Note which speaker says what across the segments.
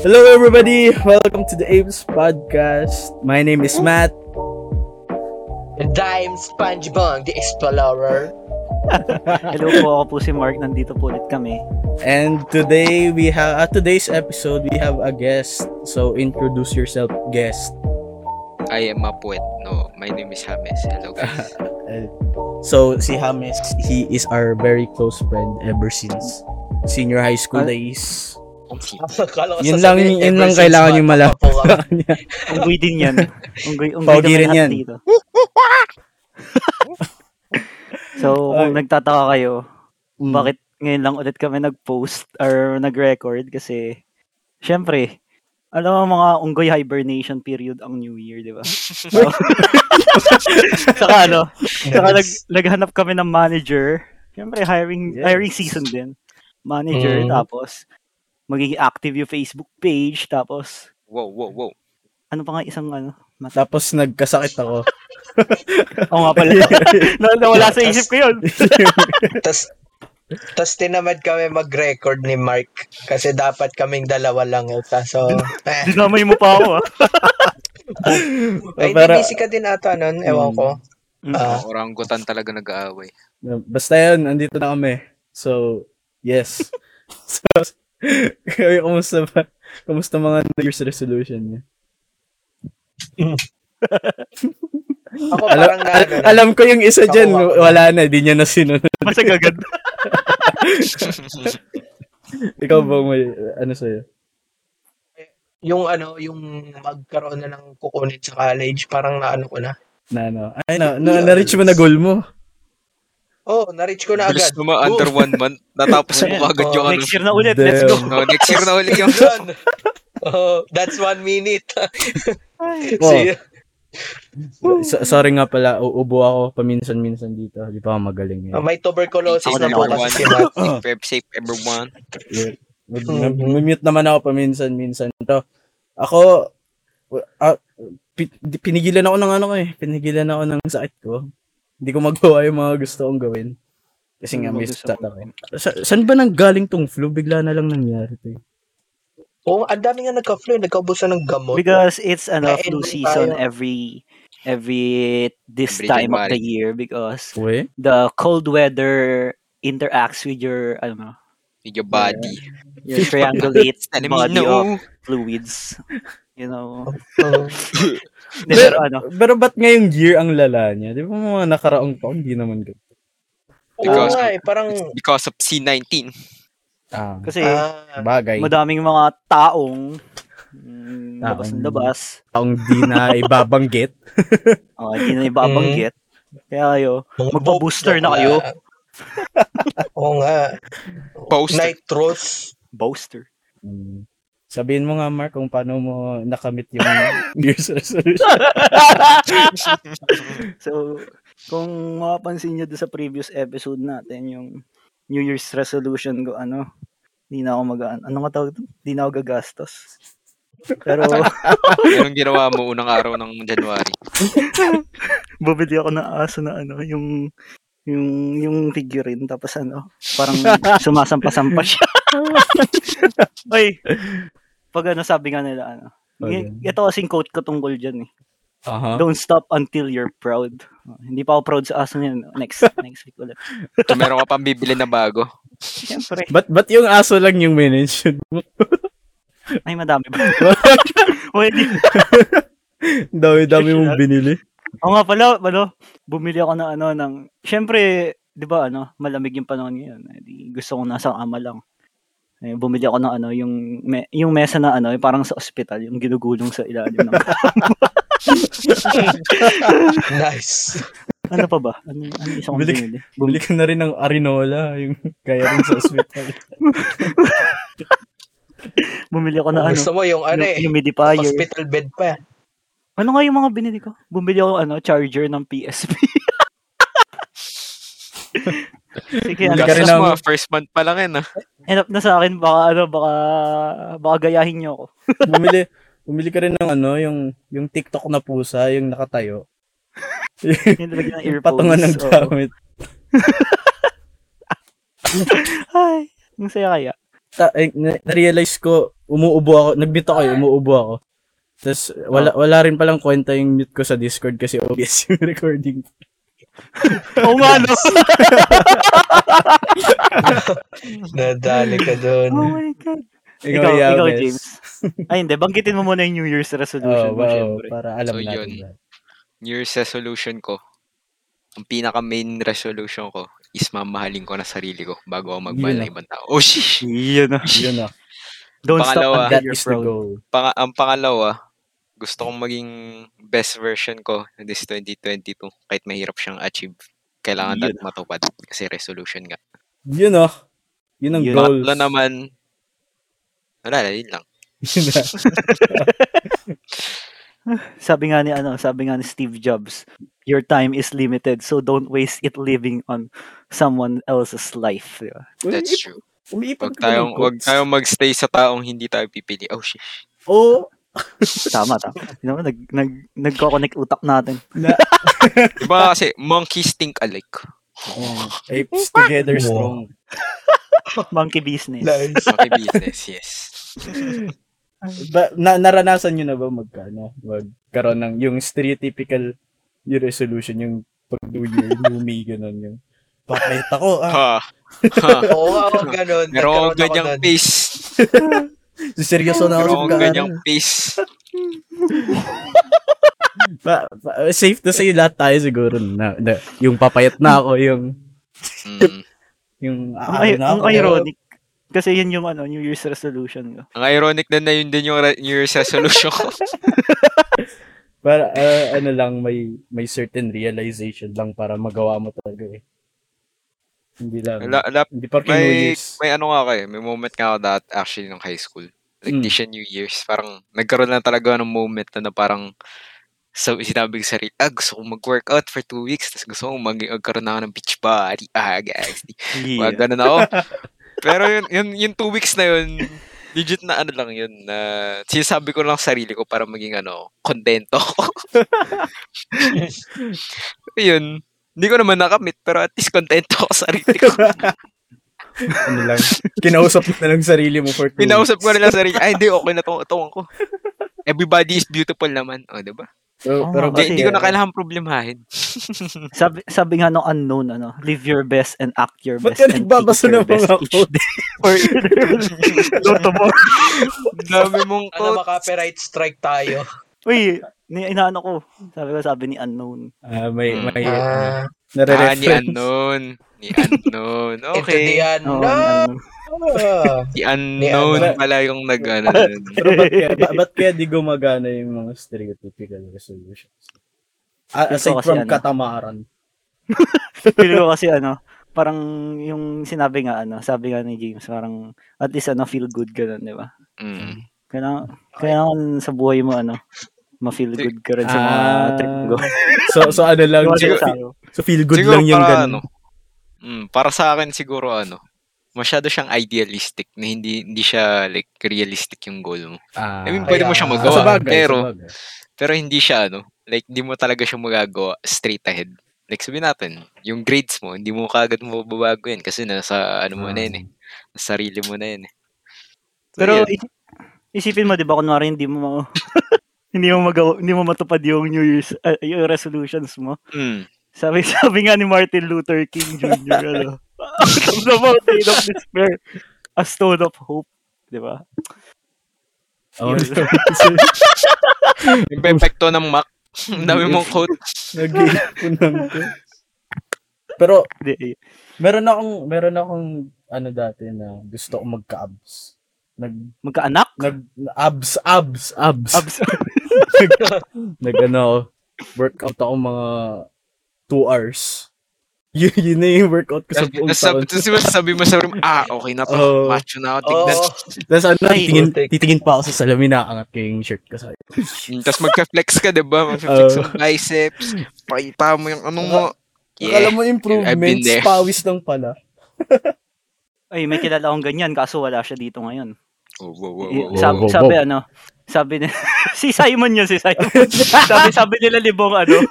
Speaker 1: Hello everybody! Welcome to the Ames Podcast. My name is Matt.
Speaker 2: And I'm SpongeBob the Explorer.
Speaker 3: Hello po, ako po si Mark. Nandito po ulit kami.
Speaker 1: And today we have at today's episode we have a guest. So introduce yourself, guest.
Speaker 4: I am Mapuet. No, my name is James. Hello guys.
Speaker 1: So si James, he is our very close friend ever since senior high school
Speaker 3: Ah?
Speaker 1: days.
Speaker 2: Akala ko
Speaker 1: Yun lang-
Speaker 2: sasabihin,
Speaker 1: yun
Speaker 2: ever
Speaker 1: lang
Speaker 2: since
Speaker 1: kailangan yung
Speaker 2: bata pa po ako.
Speaker 3: Unggoy din yan. Unggoy, unggoy
Speaker 1: Pogi
Speaker 3: naman
Speaker 1: rin
Speaker 3: lahat
Speaker 1: yan.
Speaker 3: dito. so, kung
Speaker 1: Ay.
Speaker 3: nagtataka kayo,
Speaker 1: Mm.
Speaker 3: bakit ngayon lang ulit kami nag-post or nag-record kasi, syempre, alam mo mga unggoy hibernation period ang New Year, di ba? So, saka ano, saka nag, naghanap kami ng manager. Syempre, hiring,
Speaker 1: Yes.
Speaker 3: hiring season din. Manager,
Speaker 2: Mm.
Speaker 3: tapos, magiging active yung Facebook page, tapos,
Speaker 4: Wow, wow, wow.
Speaker 3: ano pa nga isang ano? Mata.
Speaker 1: Tapos nagkasakit ako.
Speaker 3: Oo nga pala. na, nawala sa isip ko yun.
Speaker 2: tas, tas tinamad kami mag-record ni Mark kasi dapat kaming dalawa lang ata. So, eh,
Speaker 3: Dinamay mo pa ako ah.
Speaker 2: ay,
Speaker 1: Pero-
Speaker 2: Eh, busy ka din ata nun, ewan
Speaker 1: Mm.
Speaker 2: ko.
Speaker 4: Mga
Speaker 2: Ah,
Speaker 4: orangutan talaga nag-aaway.
Speaker 1: Basta yun, andito na kami. So, yes. so, kayo, kumusta ba? Kumusta mga New Year's resolution niya?
Speaker 2: ako
Speaker 1: Alam,
Speaker 2: parang na,
Speaker 1: al-
Speaker 2: ano,
Speaker 1: alam ko yung isa
Speaker 2: Nakuha
Speaker 1: dyan,
Speaker 2: ko.
Speaker 1: wala na, di niya na sinunod.
Speaker 3: Masag agad.
Speaker 1: Ikaw ba may, ano sa'yo?
Speaker 2: yung ano, yung magkaroon na ng kukunin sa college, parang naano ko na.
Speaker 1: Na ano? Ay, na, na, na-reach mo na goal mo.
Speaker 2: Oh, na-reach ko na
Speaker 4: Bilis
Speaker 2: agad.
Speaker 4: naman under one month. Natapos
Speaker 3: Ayan.
Speaker 4: mo agad
Speaker 2: Oh,
Speaker 4: yung ano.
Speaker 3: Next year na ulit. Let's go.
Speaker 4: No, next year na ulit yung
Speaker 2: Yun. Oh, that's one minute. See,
Speaker 1: So- sorry nga pala, uubo ako paminsan-minsan dito. Di pa ako magaling eh. ngayon.
Speaker 2: oh, may tuberculosis
Speaker 4: Safe
Speaker 2: na po
Speaker 4: everyone.
Speaker 2: kasi si Matt.
Speaker 4: Safe, safe everyone.
Speaker 1: Mag- na- Mute naman ako paminsan-minsan. To, ako, w- ah, pi- di- pinigilan ako ng ano ko eh. Pinigilan ako ng sakit ko. Hindi ko magawa yung mga gusto kong gawin. Kasi nga may
Speaker 3: Gusto
Speaker 1: sakit ako. eh. Sa- saan ba nang galing tong flu? Bigla na lang nangyari to eh.
Speaker 2: Oo, Oh, ang dami nga nagka-flu, nagkaubusan ng gamot.
Speaker 3: Because it's ano,
Speaker 2: Kain
Speaker 3: flu
Speaker 2: din
Speaker 3: season
Speaker 2: tayo.
Speaker 3: every every this
Speaker 4: Every
Speaker 3: time of
Speaker 4: January.
Speaker 3: the year because
Speaker 1: Uwe?
Speaker 3: the cold weather interacts with your ano
Speaker 4: With your body.
Speaker 3: your triangulate
Speaker 4: Enemy,
Speaker 3: body of
Speaker 4: no.
Speaker 3: fluids you know
Speaker 2: Oo.
Speaker 3: Hindi, pero ano
Speaker 1: Pero ba't ngayong year ang lala niya? Di ba mga nakaraang taon, di naman ganun.
Speaker 2: Oo
Speaker 4: Because-
Speaker 2: nga eh, parang...
Speaker 4: It's because of C-19.
Speaker 1: Ah,
Speaker 3: kasi
Speaker 2: ah,
Speaker 1: bagay.
Speaker 3: madaming mga taong mm, labas
Speaker 1: Taong-
Speaker 3: ng labas
Speaker 1: Taong di na ibabanggit.
Speaker 3: oh, hindi na
Speaker 2: Mm.
Speaker 3: ibabanggit kaya kayo
Speaker 2: mga
Speaker 3: Magpa-booster
Speaker 2: boat
Speaker 3: na kayo.
Speaker 2: Oo nga.
Speaker 4: Poster.
Speaker 2: Night truths.
Speaker 3: Boaster.
Speaker 1: Mm. Sabihin mo nga, Mark, kung paano mo nakamit yung New Year's resolution.
Speaker 3: so, kung mapapansin nyo doon sa previous episode natin, yung New Year's resolution ko, ano, di na ako mag ano nga tawag doon? Di na ako gagastos. Pero,
Speaker 4: Anong ginawa mo unang araw ng January?
Speaker 3: bumili ako ng aso na ano, yung yung yung figurine tapos ano parang sumasampa-sampa siya. Oy. Pag ano sabi nga nila ano.
Speaker 1: Okay.
Speaker 3: y- Ito kasing quote ko tungkol diyan eh.
Speaker 1: Aha.
Speaker 3: Don't stop until you're proud. Oh, hindi pa ako proud sa aso niyan. Next next week ulit.
Speaker 4: So, meron ka pang bibili na bago.
Speaker 3: Siyempre.
Speaker 1: Ba't, ba't yung aso lang yung mention mo?
Speaker 3: Ay, madami ba? Wait.
Speaker 1: Dami-dami mong binili.
Speaker 3: Oo nga pala, ano, bumili ako ng ano, ng, syempre, di ba, ano, malamig yung panahon ngayon. Eh, di, gusto ko nasa ama lang. Eh, bumili ako ng ano, yung, me, yung mesa na ano, yung parang sa ospital, yung ginugulong sa ilalim ng,
Speaker 2: Nice.
Speaker 3: ano pa ba? Ano, ano isa kong
Speaker 1: Bili-
Speaker 3: binili?
Speaker 1: Bumili ka na rin ng Arinola, yung kaya rin sa hospital.
Speaker 3: Bumili ako ng ano,
Speaker 2: Gusto mo yung ano
Speaker 3: yung
Speaker 2: eh.
Speaker 3: humidifier.
Speaker 2: Hospital bed pa.
Speaker 3: Ano nga yung mga binili ko? Bumili ako ano, charger ng PSP. Sige,
Speaker 1: Bumili
Speaker 3: ano,
Speaker 1: ka rin
Speaker 4: Gastos
Speaker 1: ng-
Speaker 4: mo, ah, first month pa lang yan ah.
Speaker 3: end up na sa akin, baka ano, baka, baka gayahin niyo ako.
Speaker 1: bumili, bumili ka rin ng ano, yung, yung TikTok na pusa, yung nakatayo.
Speaker 3: Yung lagyan ng
Speaker 1: Yung
Speaker 3: earphones.
Speaker 1: patungan ng
Speaker 3: oo.
Speaker 1: gamit.
Speaker 3: Ay, ang saya kaya.
Speaker 1: ta- eh, na- na-realize ko, umuubo ako, nag-mute ako eh, umuubo ako. Tapos, wala, wala rin palang kwenta yung mute ko sa Discord kasi obvious yung recording.
Speaker 3: Oo nga, no?
Speaker 2: Nadali ka doon.
Speaker 3: oh my God. Ikaw,
Speaker 1: Ikaw,
Speaker 3: ikaw,
Speaker 1: Yabes.
Speaker 3: James. Ay, hindi. Banggitin mo muna yung New Year's
Speaker 1: Oh,
Speaker 3: resolution mo,
Speaker 1: wow,
Speaker 3: syempre.
Speaker 1: para alam
Speaker 4: So,
Speaker 1: natin.
Speaker 4: yun.
Speaker 1: lahat.
Speaker 4: New Year's resolution ko, ang pinaka main resolution ko is mamahalin ko na sarili ko bago ako magmahal
Speaker 1: Yun
Speaker 4: ng ibang tao. Oh, shish!
Speaker 3: Yun na.
Speaker 1: Yun na.
Speaker 3: Don't
Speaker 4: Pangalawa.
Speaker 3: stop
Speaker 1: That
Speaker 3: until you're
Speaker 1: is the
Speaker 3: proud.
Speaker 1: goal.
Speaker 4: Pang- ang pangalawa, gusto kong maging best version ko this 2022 kahit mahirap siyang achieve. Kailangan
Speaker 3: Yun.
Speaker 4: natin matupad kasi resolution nga.
Speaker 1: Yun oh. Yun ang
Speaker 3: Yun.
Speaker 1: goals.
Speaker 4: Pangatlo naman, wala na, yun lang.
Speaker 1: Yun na.
Speaker 3: Sabi nga ni, ano, sabi nga ni Steve Jobs, your time is limited, so don't waste it living on someone else's life. Di ba?
Speaker 1: Uy,
Speaker 4: That's
Speaker 1: ip-
Speaker 4: true.
Speaker 1: Umiipon
Speaker 4: Wag
Speaker 1: ka
Speaker 4: tayong,
Speaker 1: ng
Speaker 4: wag
Speaker 1: quotes.
Speaker 4: tayong magstay sa taong hindi tayo pipili. Oh, shish.
Speaker 1: Oo.
Speaker 3: Tama, tama. Yun naman, nag, nag, nagkoconnect utak natin.
Speaker 4: Diba kasi, monkeys think alike.
Speaker 1: Oh, Apes together strong.
Speaker 3: Monkey business.
Speaker 2: Nice.
Speaker 4: Okay, business, yes.
Speaker 1: Ba, na, naranasan nyo na ba magkano? Magkaroon ng yung stereotypical yung resolution, yung pag new year, new me, ganun yung papayat ako, ah,
Speaker 4: Ha. Ha.
Speaker 2: Oo, oh, ganun.
Speaker 4: Meron
Speaker 2: Nagkaroon ako
Speaker 4: akong ganyang
Speaker 2: nun.
Speaker 4: face.
Speaker 1: seryoso na
Speaker 4: Meron
Speaker 1: ako
Speaker 4: akong
Speaker 1: sa
Speaker 4: ganyang
Speaker 1: ganyan.
Speaker 4: face.
Speaker 1: Ba, ba- safe to say lahat tayo siguro na, na yung papayat na ako, yung
Speaker 4: Mm.
Speaker 1: yung
Speaker 3: Ang,
Speaker 1: aano
Speaker 3: ang
Speaker 1: ako.
Speaker 3: ironic. Kasi yun yung ano, New Year's resolution ko.
Speaker 4: Ang ironic na na yun din yung re- New Year's resolution ko.
Speaker 1: Para ah, ano lang may may certain realization lang para magawa mo talaga eh. Hindi lang.
Speaker 4: La, la,
Speaker 1: hindi pa New
Speaker 4: may,
Speaker 1: Year's.
Speaker 4: may ano nga kayo, may moment nga ako that actually nung high school.
Speaker 1: Mm.
Speaker 4: Like, di siya New Year's. Parang, nagkaroon lang talaga ng moment na, na parang, so, sinabi ko sa sarili, ah, gusto kong mag-workout for two weeks, tapos gusto kong mag- magkaroon na ako ng beach body, ah, guys. Mga ganun ako. Pero yun, yun, yung two weeks na yun, legit na ano lang yun, na sinasabi ko lang sa sarili ko para maging ano, kontento ko. yun, hindi ko naman nakamit, pero at least kontento ako sa sarili ko.
Speaker 1: ano lang. Kinausap mo na lang sarili mo for two
Speaker 4: Pinausap ko
Speaker 1: weeks.
Speaker 4: nila sa sarili, ay hindi, okay na tong tawang ko. Everybody is beautiful naman. O, diba?
Speaker 1: So,
Speaker 3: Oo
Speaker 1: pero
Speaker 3: nga, Ah, kasi-
Speaker 4: Hindi, hindi ko na kailangan problemahin.
Speaker 3: Sabi, sabi nga nung unknown, ano, live your best and act your
Speaker 1: Ba't
Speaker 3: best.
Speaker 1: ka
Speaker 3: and
Speaker 1: nagbabasa
Speaker 3: think your
Speaker 1: ng mga
Speaker 3: best each
Speaker 1: quotes?
Speaker 3: day or either Don't tomorrow.
Speaker 4: Dami mong
Speaker 2: Ano,
Speaker 4: quote.
Speaker 2: maka-copyright strike tayo.
Speaker 3: Uy, ni, inaano ko. Sabi ko, sabi ni unknown.
Speaker 1: Ah, may,
Speaker 4: Hmm.
Speaker 1: may, uh,
Speaker 2: Ah,
Speaker 4: Ah, ni
Speaker 1: nare-reference.
Speaker 4: unknown. Ni unknown.
Speaker 2: Into the Ah!
Speaker 4: Okay.
Speaker 3: Oo,
Speaker 1: Ah!
Speaker 3: ano?
Speaker 2: unknown.
Speaker 3: ni
Speaker 4: Ni unknown
Speaker 1: unknown.
Speaker 4: pala yung nag ano, nun.
Speaker 1: Pero ba't kaya, ba- ba't kaya di gumagana yung mga stereotypical resolutions? Ah,
Speaker 3: Ito
Speaker 1: aside
Speaker 3: kasi
Speaker 1: from
Speaker 3: ano.
Speaker 1: katamaran.
Speaker 3: unknown. Feel ko kasi ano, parang yung sinabi nga ano, sabi nga ni James, parang at least ano, feel good ka nun, di ba?
Speaker 4: Mm.
Speaker 3: Kailangan, kailangan sa buhay mo ano, ma-feel
Speaker 4: Sig-
Speaker 3: good ka rin sa mga
Speaker 1: Ah.
Speaker 3: trip ko.
Speaker 1: So, so ano lang, so,
Speaker 4: Siguro-
Speaker 1: so feel good
Speaker 4: Siguro
Speaker 1: lang yung
Speaker 4: para
Speaker 1: ganun.
Speaker 4: ano, mm, para sa akin siguro ano, masyado siyang idealistic na hindi hindi siya like realistic yung goal mo.
Speaker 1: Ah,
Speaker 4: I mean, pwede
Speaker 2: mo
Speaker 1: ah,
Speaker 2: siyang magawa,
Speaker 1: sabagay,
Speaker 4: pero-
Speaker 1: sabagay.
Speaker 4: Pero hindi siya ano, like hindi mo talaga siya magagawa straight ahead. Like sabihin natin, yung grades mo, hindi mo kagad mababago yan kasi nasa ano mo na yun eh.
Speaker 1: Ah.
Speaker 4: Nasa sarili mo na yun eh. So,
Speaker 3: Pero
Speaker 4: yun.
Speaker 3: isi- isipin mo, di ba, kunwari hindi mo ma- hindi mo magawa, hindi mo matupad yung New Year's ah, yung resolutions mo.
Speaker 4: Mm.
Speaker 3: Sabi sabi nga ni Martin Luther King Jr. ano, out of mountain of despair, a stone of hope. Di ba?
Speaker 1: Oh,
Speaker 3: Yun.
Speaker 4: Yung perfecto ng Mac. Ang dami mong quote.
Speaker 1: Nag-iipon lang ko. Pero,
Speaker 3: Di- eh,
Speaker 1: meron akong, meron akong, ano dati na gusto ko magka-abs. Nag,
Speaker 3: Magkaanak?
Speaker 1: nag, abs, abs, abs.
Speaker 3: Abs-
Speaker 1: nag ano, ako, workout ako mga 2 hours. Yun, yun na yung workout ko sa buong taon. Oh.
Speaker 4: Sabi, sabi mo sa room, ah, okay na to.
Speaker 1: Oo.
Speaker 4: Macho na ako, tignan.
Speaker 2: Oo.
Speaker 1: Tapos ano,
Speaker 3: Ay,
Speaker 1: titingin,
Speaker 2: putik.
Speaker 1: titingin pa ako sa salamin, nakaangat ko yung shirt ko sa
Speaker 4: Mm, Tapos magka-flex ka, di ba? Magka-flex
Speaker 1: Oo.
Speaker 4: ng biceps. Pakita mo yung ano mo.
Speaker 1: Akala
Speaker 4: Yeah.
Speaker 1: mo improvements,
Speaker 4: there.
Speaker 1: pawis lang pala.
Speaker 3: Ay, may kilala akong ganyan, kaso wala siya dito ngayon.
Speaker 4: Oh, wow, wow,
Speaker 3: Eh,
Speaker 4: wow, wow.
Speaker 1: Sa-
Speaker 3: sabi,
Speaker 1: wow,
Speaker 3: sabi
Speaker 1: wow.
Speaker 3: ano, sabi ni, si Simon yun, si Simon. sabi, sabi nila libong ano.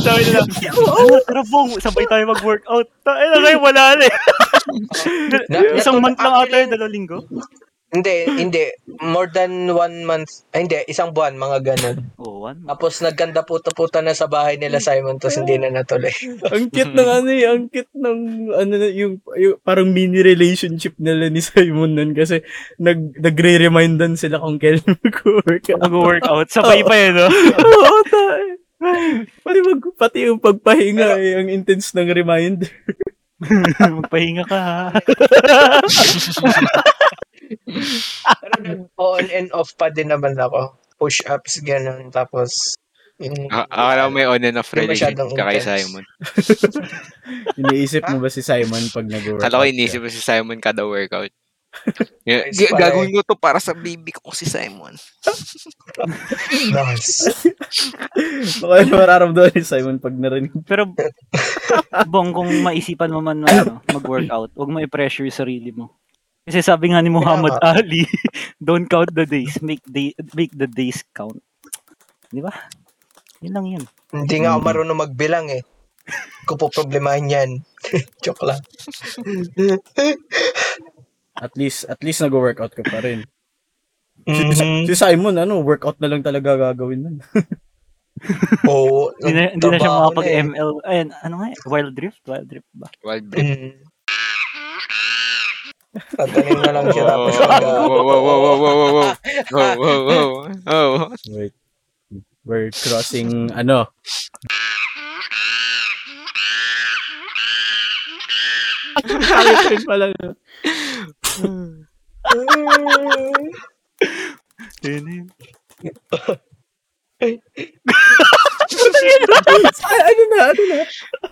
Speaker 3: sabi nila, oo, tara bong, sabay tayo mag-workout. Tayo na kayo, wala na eh.
Speaker 2: Na-
Speaker 3: Isang
Speaker 2: natuto-
Speaker 3: month lang ata
Speaker 2: actually,
Speaker 3: yun, dalawang linggo.
Speaker 2: Hindi, hindi. More than one month. Ay, hindi, isang buwan, mga ganun.
Speaker 3: Oh, one month.
Speaker 2: Tapos nagkanda puta-puta na sa bahay nila Simon, tapos hindi na natuloy.
Speaker 1: ang cute ng ano eh, ang cute ng ano na- yung, yung parang mini relationship nila ni Simon nun kasi nag nagre-remindan sila kung kailan mag-work.
Speaker 3: Mag-workout. Sabay pa yun, no?
Speaker 1: Oo, tayo. Pati, mag, pati yung pagpahinga eh, ang intense ng reminder.
Speaker 3: Magpahinga ka, ha?
Speaker 2: On and off pa din naman ako. Push-ups, ganun. Tapos, yung...
Speaker 4: A- Ah, Akala ko may on and off
Speaker 2: Hindi
Speaker 4: relationship
Speaker 2: masyadong
Speaker 4: ka kay
Speaker 2: intense.
Speaker 4: Simon.
Speaker 1: Iniisip mo ba si Simon pag nag-work?
Speaker 4: Akala ko iniisip mo si Simon kada workout. Yeah,
Speaker 2: Ayos pala eh.
Speaker 4: gagawin ko to para sa baby ko si Simon.
Speaker 2: Nice.
Speaker 1: Okay, mararamdaman ni Simon pag narinig.
Speaker 3: Pero, bong, kung maisipan mo man na, ano, mag-workout, huwag mo i-pressure yung sarili mo. Kasi sabi nga ni Muhammad Ali, don't count the days, make the, make the days count. Di ba? Yun lang yun.
Speaker 2: Hindi nga ako marunong magbilang eh. Ko po problemahin yan. Joke lang.
Speaker 1: At least, at least nag-workout ka pa rin.
Speaker 2: Mhm.
Speaker 4: Mm-hmm.
Speaker 1: Si Simon, ano, workout na lang talaga gagawin nun.
Speaker 2: Oo.
Speaker 3: Hindi na, hindi na siya
Speaker 2: trabaho na eh.
Speaker 3: makapag-ML. Ayun, ano nga, eh, Wild Rift? Wild Rift ba?
Speaker 4: Wild breath.
Speaker 2: Mm. Tatanim na lang siya tapos mag-
Speaker 1: Wait.
Speaker 4: Wait,
Speaker 1: We're crossing, ano, Ay, pa lang.
Speaker 3: Yun na yun.
Speaker 1: ano na, ano na?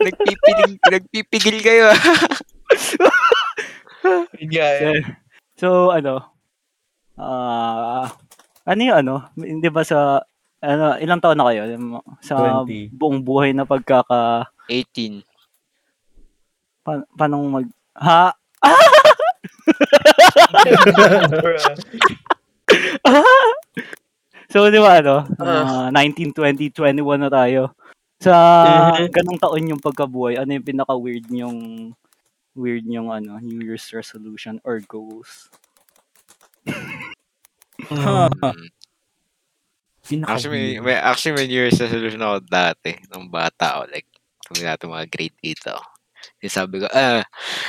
Speaker 4: nagpipigil, nagpipigil kayo. ah.
Speaker 2: Yeah.
Speaker 3: So, ano, ah, ano yung ano, hindi ba sa, ano, ilang taon na kayo? Sa
Speaker 1: 20.
Speaker 3: buong buhay na pagkaka,
Speaker 4: 18.
Speaker 3: pa, paano mag, ha? So, di ba, ano, uh,
Speaker 2: Ah.
Speaker 3: 19, 20, 21 na tayo. Sa
Speaker 2: Mhm.
Speaker 3: ganong taon yung pagkabuhay, ano yung pinaka-weird yung weird yung ano, New Year's resolution or goals?
Speaker 1: Ha.
Speaker 4: Hmm. Actually, may, may, actually, may New Year's resolution ako dati, nung bata ako. Like, kung natin mga grade 8 ako. Yung sabi ko, ah,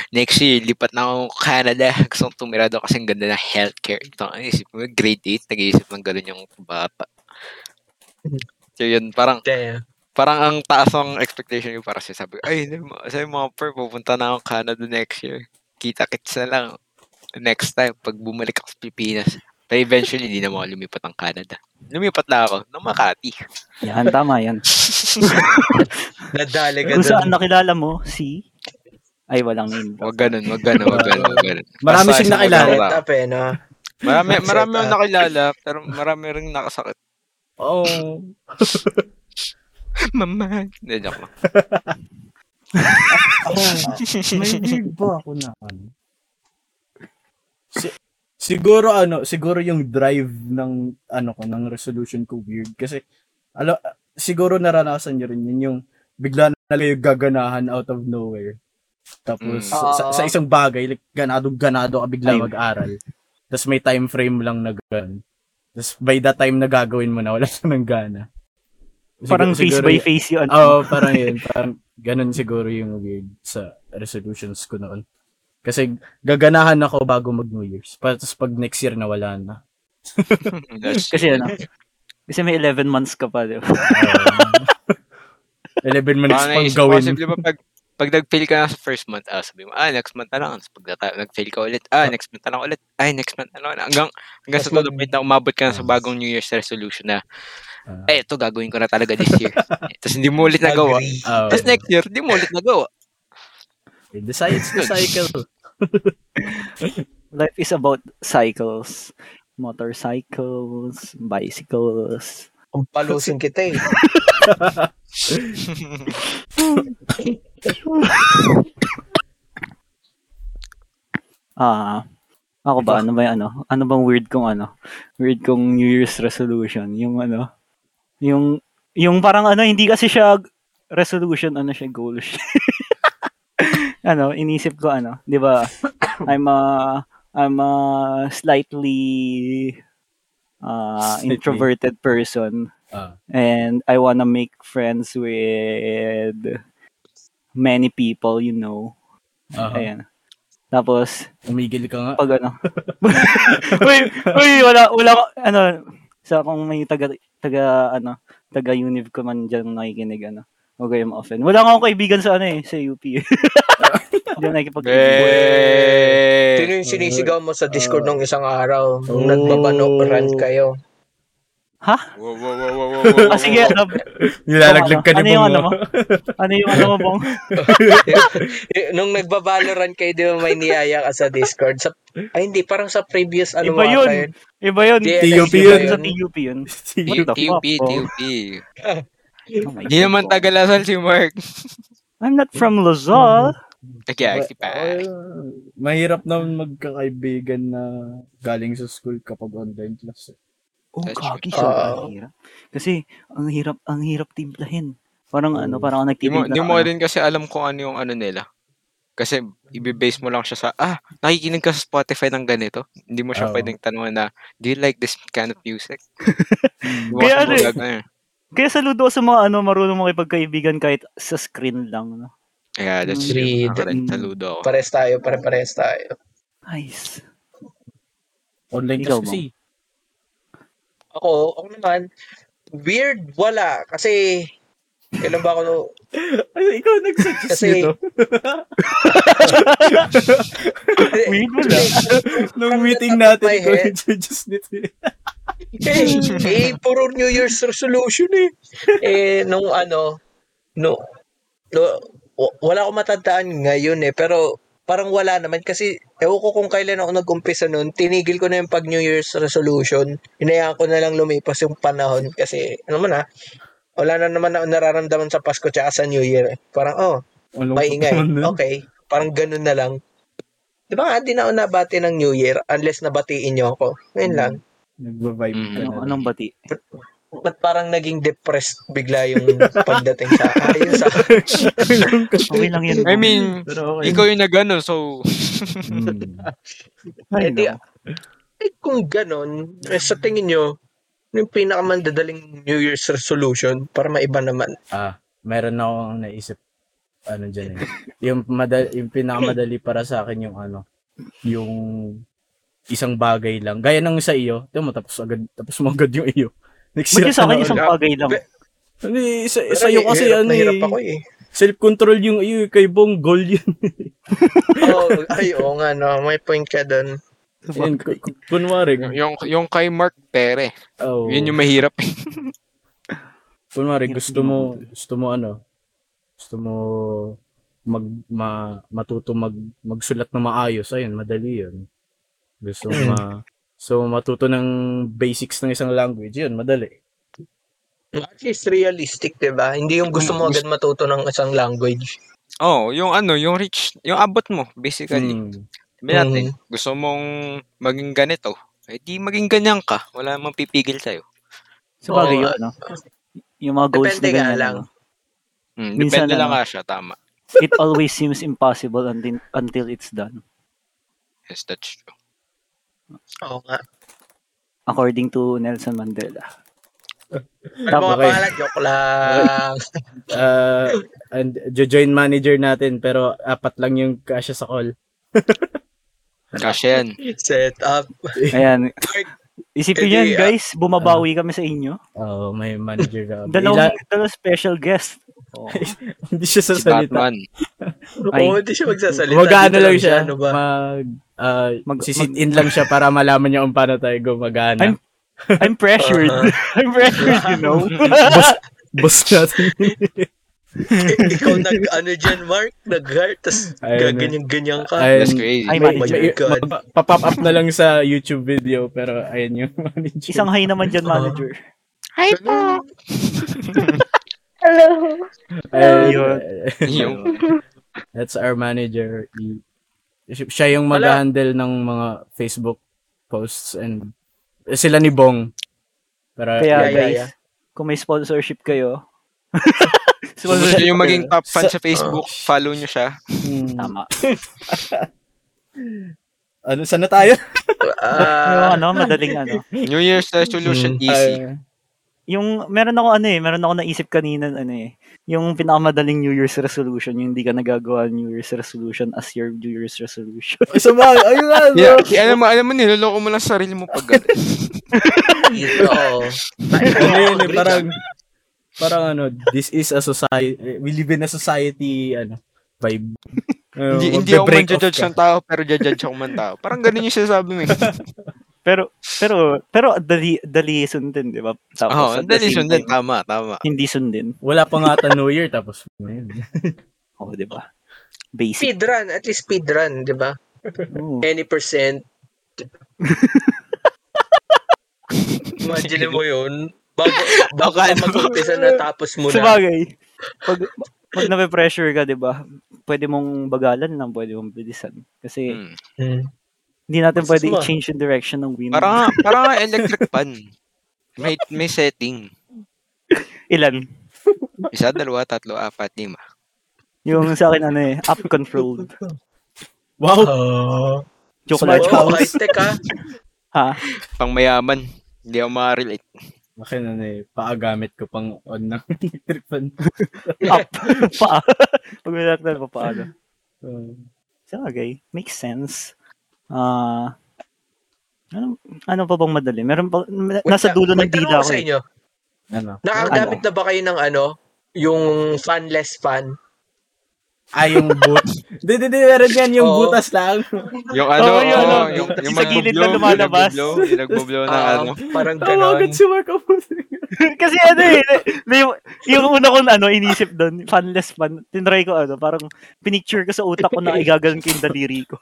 Speaker 4: next year, lipat na akong Canada. Gusto kong tumira doon kasi ang ganda ng healthcare. Ito, ang isip mo, grade 8, nag-iisip ng ganun yung bata. So yun, parang,
Speaker 2: Damn.
Speaker 4: parang ang taas ng expectation ko para sa sabi ko, ay, sabi mo, per, pupunta na ako Canada next year. Kita-kits na lang. Next time, pag bumalik ako sa Pilipinas. Pero eventually, hindi na ako lumipat ng Canada. Lumipat na ako ng Makati.
Speaker 3: Yan, tama yan.
Speaker 2: Nadali ka
Speaker 3: Kung saan
Speaker 2: dun.
Speaker 3: nakilala mo, si... Ay, walang name.
Speaker 4: Wag ganun, wag ganun, wag ganun, wag ganun.
Speaker 1: Marami siyang nakilala.
Speaker 2: Set up eh, no?
Speaker 4: Marami, marami
Speaker 2: Set up.
Speaker 4: akong nakilala, pero marami rin nakasakit.
Speaker 1: Oh.
Speaker 4: Mama. Hindi, joke lang.
Speaker 1: May weird ba ako na ano? Si- siguro ano, siguro yung drive ng ano ko ng resolution ko weird kasi alo siguro naranasan niyo rin yun yung bigla na lang yung gaganahan out of nowhere. Tapos
Speaker 4: Mm.
Speaker 1: sa- sa, sa, isang bagay like ganado ganado ka bigla
Speaker 3: Time.
Speaker 1: mag-aral. Tapos may time frame lang na ganun. Tapos by the time na gagawin mo na wala ka ng gana. Siguro-
Speaker 3: Parang face
Speaker 1: siguro
Speaker 3: by
Speaker 1: yun.
Speaker 3: face yun.
Speaker 1: Oo, parang yun. Parang ganun siguro yung weird sa resolutions ko noon. Kasi gaganahan ako bago mag New Year's. Pa- Tapos pag next year na wala na.
Speaker 4: That's-
Speaker 3: Kasi ano, kasi may 11 months ka pa, di ba?
Speaker 1: Um, 11 minutes
Speaker 4: Parang
Speaker 1: pang
Speaker 4: naisip ko
Speaker 1: gawin.
Speaker 4: Kasi, di ba, pag, pag nag-fail ka na sa first month, ah, sabi mo, ah, next month na lang. Tapos pag nata- nag-fail ka ulit, ah, next month na lang ulit. Ay, next month na lang. ulit. Hanggang, hanggang sa
Speaker 2: Tapos mag-
Speaker 4: todo point na umabot ka na sa bagong New Year's resolution na,
Speaker 1: Ah.
Speaker 4: eh, ito gagawin ko na talaga this year. Tapos hindi mo ulit nagawa.
Speaker 2: Agree.
Speaker 1: Oo.
Speaker 4: Tapos next year, hindi mo ulit nagawa.
Speaker 1: Ah, the, cy- it's the cycle.
Speaker 3: Life is about cycles. Motorcycles, bicycles.
Speaker 2: Ang palusin kita eh.
Speaker 3: Ah, ako
Speaker 1: Diba?
Speaker 3: ba? Ano ba yung ano? Ano bang weird kong ano? Weird kong New Year's resolution. Yung ano? Yung, yung parang ano, hindi kasi siya resolution, ano siya, goal siya. ano, inisip ko ano, 'di ba? I'm a I'm a slightly uh,
Speaker 1: Slightly.
Speaker 3: introverted person
Speaker 1: Ah.
Speaker 3: and I want to make friends with many people, you know.
Speaker 1: Uh-huh.
Speaker 3: Ayan. Tapos
Speaker 1: Umigil ka nga.
Speaker 3: pag ano. uy, uy, wala, wala, ko- ano, sa kung may taga, taga, ano, taga Univ ko man dyan nakikinig, ano, huwag kayong ma-offend. Wala akong kaibigan sa, ano eh, sa UP. Hindi ako
Speaker 4: Eh.
Speaker 3: nakikipag-kaibigan.
Speaker 2: Sino
Speaker 4: Be-
Speaker 2: yung sinisigaw mo sa Discord
Speaker 1: Ah.
Speaker 2: nung isang araw?
Speaker 1: Oh.
Speaker 2: Nung nagbabanok, rant kayo.
Speaker 4: Wow, wow, wow, wow, wow, wow,
Speaker 3: Ah, sige, ano,
Speaker 1: Nilalaglag ka ni
Speaker 3: ano yung
Speaker 1: Bong,
Speaker 3: ano
Speaker 1: no?
Speaker 3: mo? Ano yung ano mo, Bong?
Speaker 2: Eh, nung nagbabalorant kayo, di ba may niyaya ka sa Discord? Sa, ay, hindi. Parang sa previous, ano
Speaker 3: Iba
Speaker 2: mga
Speaker 3: yun.
Speaker 2: kayo.
Speaker 3: Iba yun.
Speaker 2: Di,
Speaker 1: TUP
Speaker 2: iba
Speaker 1: yun.
Speaker 3: Sa TUP yun.
Speaker 1: Sige.
Speaker 3: What the fuck,
Speaker 4: TUP,
Speaker 3: Bong?
Speaker 4: TUP.
Speaker 3: Oh my
Speaker 4: Hindi
Speaker 3: God,
Speaker 4: naman
Speaker 3: Bong.
Speaker 4: tagalasan si Mark.
Speaker 3: I'm not from Luzon.
Speaker 4: Mm-hmm. Kaya, si
Speaker 1: Well,
Speaker 4: pa.
Speaker 1: mahirap naman magkakaibigan na galing sa school kapag online class. eh.
Speaker 3: Oh,
Speaker 4: That's Oh.
Speaker 3: kaki,
Speaker 2: true.
Speaker 3: sobrang hirap. Kasi, ang hirap, ang hirap timplahin. Parang ano, parang ako
Speaker 4: Di Mm. mo,
Speaker 3: nagtitimpla.
Speaker 4: di
Speaker 3: ng
Speaker 4: mo
Speaker 3: ano.
Speaker 4: rin kasi alam kung ano yung ano nila. Kasi ibibase mo lang siya sa, ah, nakikinig ka sa Spotify ng ganito. Hindi mo siya
Speaker 1: Oo.
Speaker 4: pwedeng tanungan na, do you like this kind of music? Di mo
Speaker 3: Kaya
Speaker 4: siya
Speaker 3: ano eh.
Speaker 4: bulag na yun.
Speaker 3: Kaya saludo ako sa mga ano, marunong makipagkaibigan kahit sa screen lang. No?
Speaker 4: Yeah,
Speaker 3: Mm.
Speaker 4: that's true.
Speaker 2: Read.
Speaker 4: Alright,
Speaker 3: Mm.
Speaker 4: saludo ako.
Speaker 2: Pares tayo, pare-pares tayo.
Speaker 3: Nice.
Speaker 1: Online
Speaker 3: Ikaw,
Speaker 1: class kasi.
Speaker 2: Ako, ako naman, weird, wala. Kasi, kailan ba ako,
Speaker 1: Ay, ikaw nagsuggest
Speaker 2: Kasi-
Speaker 1: nito.
Speaker 3: Weird mo lang.
Speaker 1: Nung
Speaker 2: from the
Speaker 1: meeting
Speaker 2: top of
Speaker 1: natin,
Speaker 2: my
Speaker 1: ikaw
Speaker 2: head.
Speaker 1: nagsuggest nito. eh.
Speaker 2: eh, eh, puro New Year's resolution eh. Eh, nung ano, no, no w- wala akong matandaan ngayon eh, pero parang wala naman kasi ewan ko kung kailan ako nag-umpisa noon, tinigil ko na yung pag New Year's resolution, hinayaan ko na lang lumipas yung panahon kasi, ano man ah, wala na naman ako nararamdaman sa Pasko tsaka sa New Year. eh. Parang, oh,
Speaker 1: Walang
Speaker 2: maingay.
Speaker 1: patuman nun.
Speaker 2: Okay, parang ganun na lang. Di ba nga, di na ako nabati ng New Year unless nabatiin niyo ako. Ngayon lang.
Speaker 1: Nagbavibe ka
Speaker 3: Ano,
Speaker 1: na.
Speaker 3: anong bati?
Speaker 2: Ba't parang naging depressed bigla yung pagdating sa ayun sa
Speaker 3: Okay lang yun.
Speaker 4: I mean,
Speaker 1: Pero okay.
Speaker 4: ikaw yung nagano, so,
Speaker 1: Hmm.
Speaker 3: Ay,
Speaker 2: Eh, di-
Speaker 3: no.
Speaker 2: eh, kung ganon, eh, sa tingin nyo, ano yung pinakamandadaling New Year's resolution para maiba naman?
Speaker 1: Ah, meron akong naisip ano dyan eh. Yung, madal- yung pinakamadali para sa akin yung ano, yung isang bagay lang. Gaya ng sa iyo, tiyo mo, tapos agad, tapos mo agad yung iyo.
Speaker 3: Ba't
Speaker 1: Nagsira
Speaker 3: yun sa akin isang
Speaker 1: ano ulit.
Speaker 3: pagay lang?
Speaker 1: Hindi, sa,
Speaker 2: Pero
Speaker 1: sa iyo kasi
Speaker 2: hirap
Speaker 1: ano
Speaker 2: na hirap
Speaker 1: eh,
Speaker 2: ako eh.
Speaker 1: self-control yung iyo, eh, kay Bong, goal yun.
Speaker 2: Oh, ay, oo nga, no. May point ka doon.
Speaker 1: Yun, ku- ku- kunwari,
Speaker 4: yung- yung, yung kay Mark Pere.
Speaker 1: oh,
Speaker 4: Yun yung mahirap. eh.
Speaker 1: kunwari, gusto mo, gusto mo ano, gusto mo mag ma, matuto mag magsulat na maayos ayun madali yun gusto mo ma, so matuto ng basics ng isang language yun madali
Speaker 2: At least realistic, di ba? Hindi yung gusto mo
Speaker 4: Mm,
Speaker 2: agad matuto ng isang language.
Speaker 4: Oh, yung ano, yung reach, yung abot mo, basically.
Speaker 1: Mm.
Speaker 4: Sabi natin,
Speaker 3: Mm-hmm.
Speaker 4: gusto mong maging ganito, eh di maging ganyan ka. Wala mang pipigil sa'yo.
Speaker 3: Sa bagay
Speaker 2: Oo,
Speaker 3: yun, no? Yung mga goals na
Speaker 2: Depende nga
Speaker 3: ganyan.
Speaker 2: lang.
Speaker 3: Lang.
Speaker 4: Mm,
Speaker 3: Minsan,
Speaker 4: depende lang
Speaker 3: ano,
Speaker 4: nga siya, tama.
Speaker 3: It always seems impossible until, until it's done.
Speaker 4: Yes, that's true.
Speaker 2: Oo nga.
Speaker 3: According to Nelson Mandela.
Speaker 2: Ano mga
Speaker 1: Okay.
Speaker 2: pangalan? Joke lang.
Speaker 1: Ah, and jo-join manager natin pero apat lang yung kasya sa call.
Speaker 4: Kasi yan.
Speaker 2: Set up.
Speaker 3: Ayan. Isipin
Speaker 2: Edi,
Speaker 3: yun,
Speaker 2: ah,
Speaker 3: guys. Bumabawi kami sa inyo.
Speaker 1: Oh, may manager ka.
Speaker 3: Dalawang, dalawang special guest. Oh.
Speaker 1: hindi siya
Speaker 4: Si
Speaker 1: sasalita.
Speaker 4: Batman.
Speaker 2: Oo,
Speaker 3: Ay.
Speaker 2: hindi siya magsasalita.
Speaker 1: Mag-ano
Speaker 2: Dito
Speaker 1: lang siya.
Speaker 2: Ano ba?
Speaker 1: Mag, ah,
Speaker 3: Mag-
Speaker 1: sisit in lang siya para malaman niya kung paano tayo gumagana.
Speaker 3: I'm- I'm pressured.
Speaker 2: Uh-huh.
Speaker 3: I'm pressured, you know.
Speaker 1: boss, boss natin.
Speaker 2: Ikaw nag, ano dyan, Mark? Nag-heart, tas
Speaker 1: Ayun,
Speaker 2: gaganyan-ganyan ka. Oh
Speaker 1: Ayun.
Speaker 4: That's crazy.
Speaker 3: Ay,
Speaker 1: May-
Speaker 3: manager.
Speaker 1: may-
Speaker 2: God.
Speaker 1: magpa- Pa-pop up na lang sa YouTube video pero ayun yung manager.
Speaker 3: Isang hay naman dyan,
Speaker 2: Oo.
Speaker 3: manager.
Speaker 5: Hi po. Hello.
Speaker 1: Ayun.
Speaker 3: Yun.
Speaker 4: Yung,
Speaker 1: uh, That's our manager. He- Siya yung
Speaker 2: Wala.
Speaker 1: mag-handle ng mga Facebook posts and eh, sila ni Bong. Para
Speaker 3: Kaya,
Speaker 2: yeah, yeah,
Speaker 3: guys,
Speaker 2: yeah.
Speaker 3: kung may sponsorship kayo,
Speaker 4: Kung gusto niyo maging top fan sa Oh. Facebook, follow niyo siya.
Speaker 1: Hmm.
Speaker 3: Tama.
Speaker 1: Ano, saan na tayo?
Speaker 3: Yung
Speaker 2: Ah,
Speaker 3: ano, madaling ano.
Speaker 4: New Year's
Speaker 3: Mm.
Speaker 4: resolution, easy.
Speaker 1: Ay,
Speaker 3: Yung, meron ako ano eh, meron ako naisip kanina ano eh. Yung pinakamadaling New Year's resolution, yung hindi ka nagagawa New Year's resolution as your New Year's resolution.
Speaker 1: Isa ba? Ayun nga, no?
Speaker 4: Yeah, y- alam mo, alam mo, niloloko mo lang sarili mo pag ganun.
Speaker 2: oo.
Speaker 1: Ano yun, eh, parang, parang ano, this is a society, we live in a society, ano, vibe. Ano,
Speaker 4: hindi, hindi ako
Speaker 1: magbe-break off
Speaker 4: man-judge
Speaker 1: ka.
Speaker 4: ng tao, pero judge ako man tao. Parang ganun yung sinasabi mo eh.
Speaker 3: Pero, pero, pero dali, dali sundin, di ba? Tapos,
Speaker 4: Oo,
Speaker 3: at the
Speaker 4: dali
Speaker 3: same
Speaker 4: sundin.
Speaker 3: time,
Speaker 4: Tama, tama.
Speaker 3: Hindi sundin.
Speaker 1: Wala pa nga ata New Year, tapos, ayun.
Speaker 3: Oo, di ba? Basic.
Speaker 2: Speedrun, at least speedrun, di ba?
Speaker 3: Oo.
Speaker 2: Any percent. Imagine mo yun. Bago, bago ka mag-umpisa na tapos mo na.
Speaker 3: Sabagay. Pag, pag nape-pressure ka, di ba? Pwede mong bagalan lang, pwede mong bilisan. Kasi,
Speaker 4: Hmm.
Speaker 2: Hmm.
Speaker 3: hindi natin
Speaker 2: Basta
Speaker 3: pwede
Speaker 2: suma.
Speaker 3: i-change yung direction ng wind.
Speaker 4: Parang, parang nga electric pan. May, may setting.
Speaker 3: Ilan?
Speaker 4: Isa, dalawa, tatlo, apat, lima.
Speaker 3: Yung sa akin, ano eh, up controlled.
Speaker 1: Wow!
Speaker 2: Oh.
Speaker 3: Joke
Speaker 1: Smart
Speaker 3: lang.
Speaker 1: house.
Speaker 2: Oh, high tech ha.
Speaker 3: Ha?
Speaker 4: Pang mayaman. Hindi ako makarelate.
Speaker 1: Akin ano eh, paagamit ko pang on ng electric fan.
Speaker 3: Up. pa. Pag may lockdown, pa paano?
Speaker 1: So,
Speaker 3: Sabagay. Makes sense. Ah... ano, ano pa bang madali? Meron pa, na- nasa dulo ng
Speaker 2: May
Speaker 3: dila
Speaker 2: tanong
Speaker 3: ko
Speaker 2: sa
Speaker 3: eh.
Speaker 2: inyo.
Speaker 1: ano?
Speaker 2: Nakagamit na ba kayo ng ano? Yung fanless fan?
Speaker 1: Ay, Ah, yung boot. Di, di, di, meron yan, yung
Speaker 2: Oo.
Speaker 1: butas lang.
Speaker 4: Yung ano,
Speaker 3: Oo, yun,
Speaker 4: oo,
Speaker 3: ano.
Speaker 4: yung, yung,
Speaker 3: Sa gilid na
Speaker 4: nagbublow, yung
Speaker 3: lumalabas.
Speaker 4: nagbublow, yung nagbublow na
Speaker 2: Ah,
Speaker 4: ano.
Speaker 2: Parang
Speaker 1: Tawagan
Speaker 2: ganon.
Speaker 1: si Mark Apostle.
Speaker 3: Kasi ano eh, na- yung, yung una kong ano, inisip doon, fanless fan, tinry ko ano, parang pinicture ko sa utak ko na igagalan ko yung daliri ko.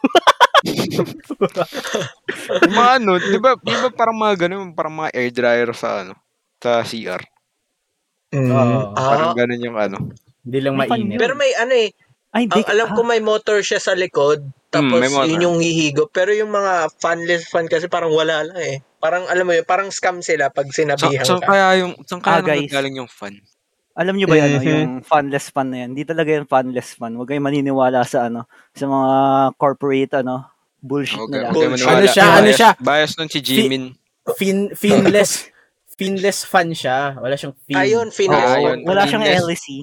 Speaker 4: Yung mga ano, di ba, di ba parang mga ganun, parang mga air dryer sa ano, sa CR.
Speaker 2: Mm.
Speaker 1: Oo.
Speaker 2: Ah,
Speaker 4: Parang ganun yung ano.
Speaker 1: Hindi lang
Speaker 3: Ay,
Speaker 1: mainit.
Speaker 2: pero may ano eh,
Speaker 3: Ay, di.
Speaker 2: Ang alam ko may motor siya sa likod, tapos
Speaker 4: Mm, may motor.
Speaker 2: yun yung hihigo. Pero yung mga fanless fan kasi parang wala lang eh. Parang alam mo yun, parang scam sila pag
Speaker 4: So,
Speaker 2: sinabihan
Speaker 4: so
Speaker 2: ka.
Speaker 4: kaya yung, saan
Speaker 3: Ah,
Speaker 4: kaya
Speaker 3: guys.
Speaker 4: naman galing yung fan?
Speaker 3: alam nyo ba yan, ano,
Speaker 2: Mhm.
Speaker 3: yung fanless fan na yan? Di talaga yung fanless fan. Huwag kayong maniniwala sa ano, sa mga corporate ano, bullshit
Speaker 4: Okay,
Speaker 3: nila.
Speaker 2: okay.
Speaker 1: Ano siya, ano siya?
Speaker 4: Bias nun si Jimin.
Speaker 1: Fin, finless, finless fan siya. Wala siyang fin.
Speaker 2: Ayun, finless fan.
Speaker 4: Ah, yun.
Speaker 3: Wala siyang
Speaker 4: Yes.
Speaker 3: LSE,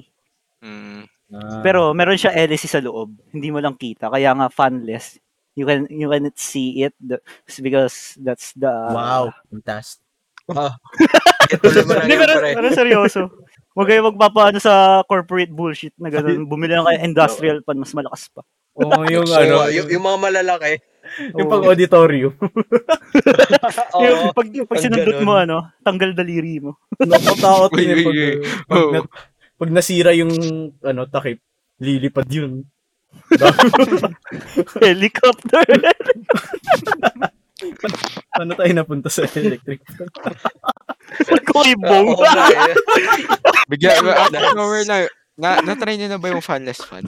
Speaker 4: Mm.
Speaker 1: Ah.
Speaker 3: pero meron siya LSE sa loob. Hindi mo lang kita, kaya nga fanless. You can you cannot see it the- because that's the
Speaker 1: wow, fantastic.
Speaker 2: Ito naman ang
Speaker 3: Hindi, pero,
Speaker 2: pre.
Speaker 3: pero seryoso. Huwag kayo magpapaano sa corporate bullshit na gano'n. Bumili lang kayo industrial pan, mas malakas pa.
Speaker 1: Oo, yung
Speaker 2: So, ah,
Speaker 1: ano,
Speaker 2: yung, oh. yung mga malalaki.
Speaker 1: yung pang-auditorium.
Speaker 2: Oo.
Speaker 3: Yung pag, pag
Speaker 2: ang
Speaker 3: sinundot
Speaker 2: ganun.
Speaker 3: mo, ano, tanggal daliri mo.
Speaker 1: Nakatakot
Speaker 4: Uy,
Speaker 1: yun. eh,
Speaker 4: uy,
Speaker 1: Pag,
Speaker 4: uy.
Speaker 1: pag,
Speaker 4: Oh.
Speaker 1: na- pag nasira yung ano, takip, lilipad yun.
Speaker 3: Helicopter.
Speaker 1: ano tayo napunta sa electric fan?
Speaker 3: Magkuibong.
Speaker 2: Oo, nga eh.
Speaker 4: Bigyan,
Speaker 2: Yes.
Speaker 4: out of ah, nowhere na, na, na-try niyo na ba yung fanless fan?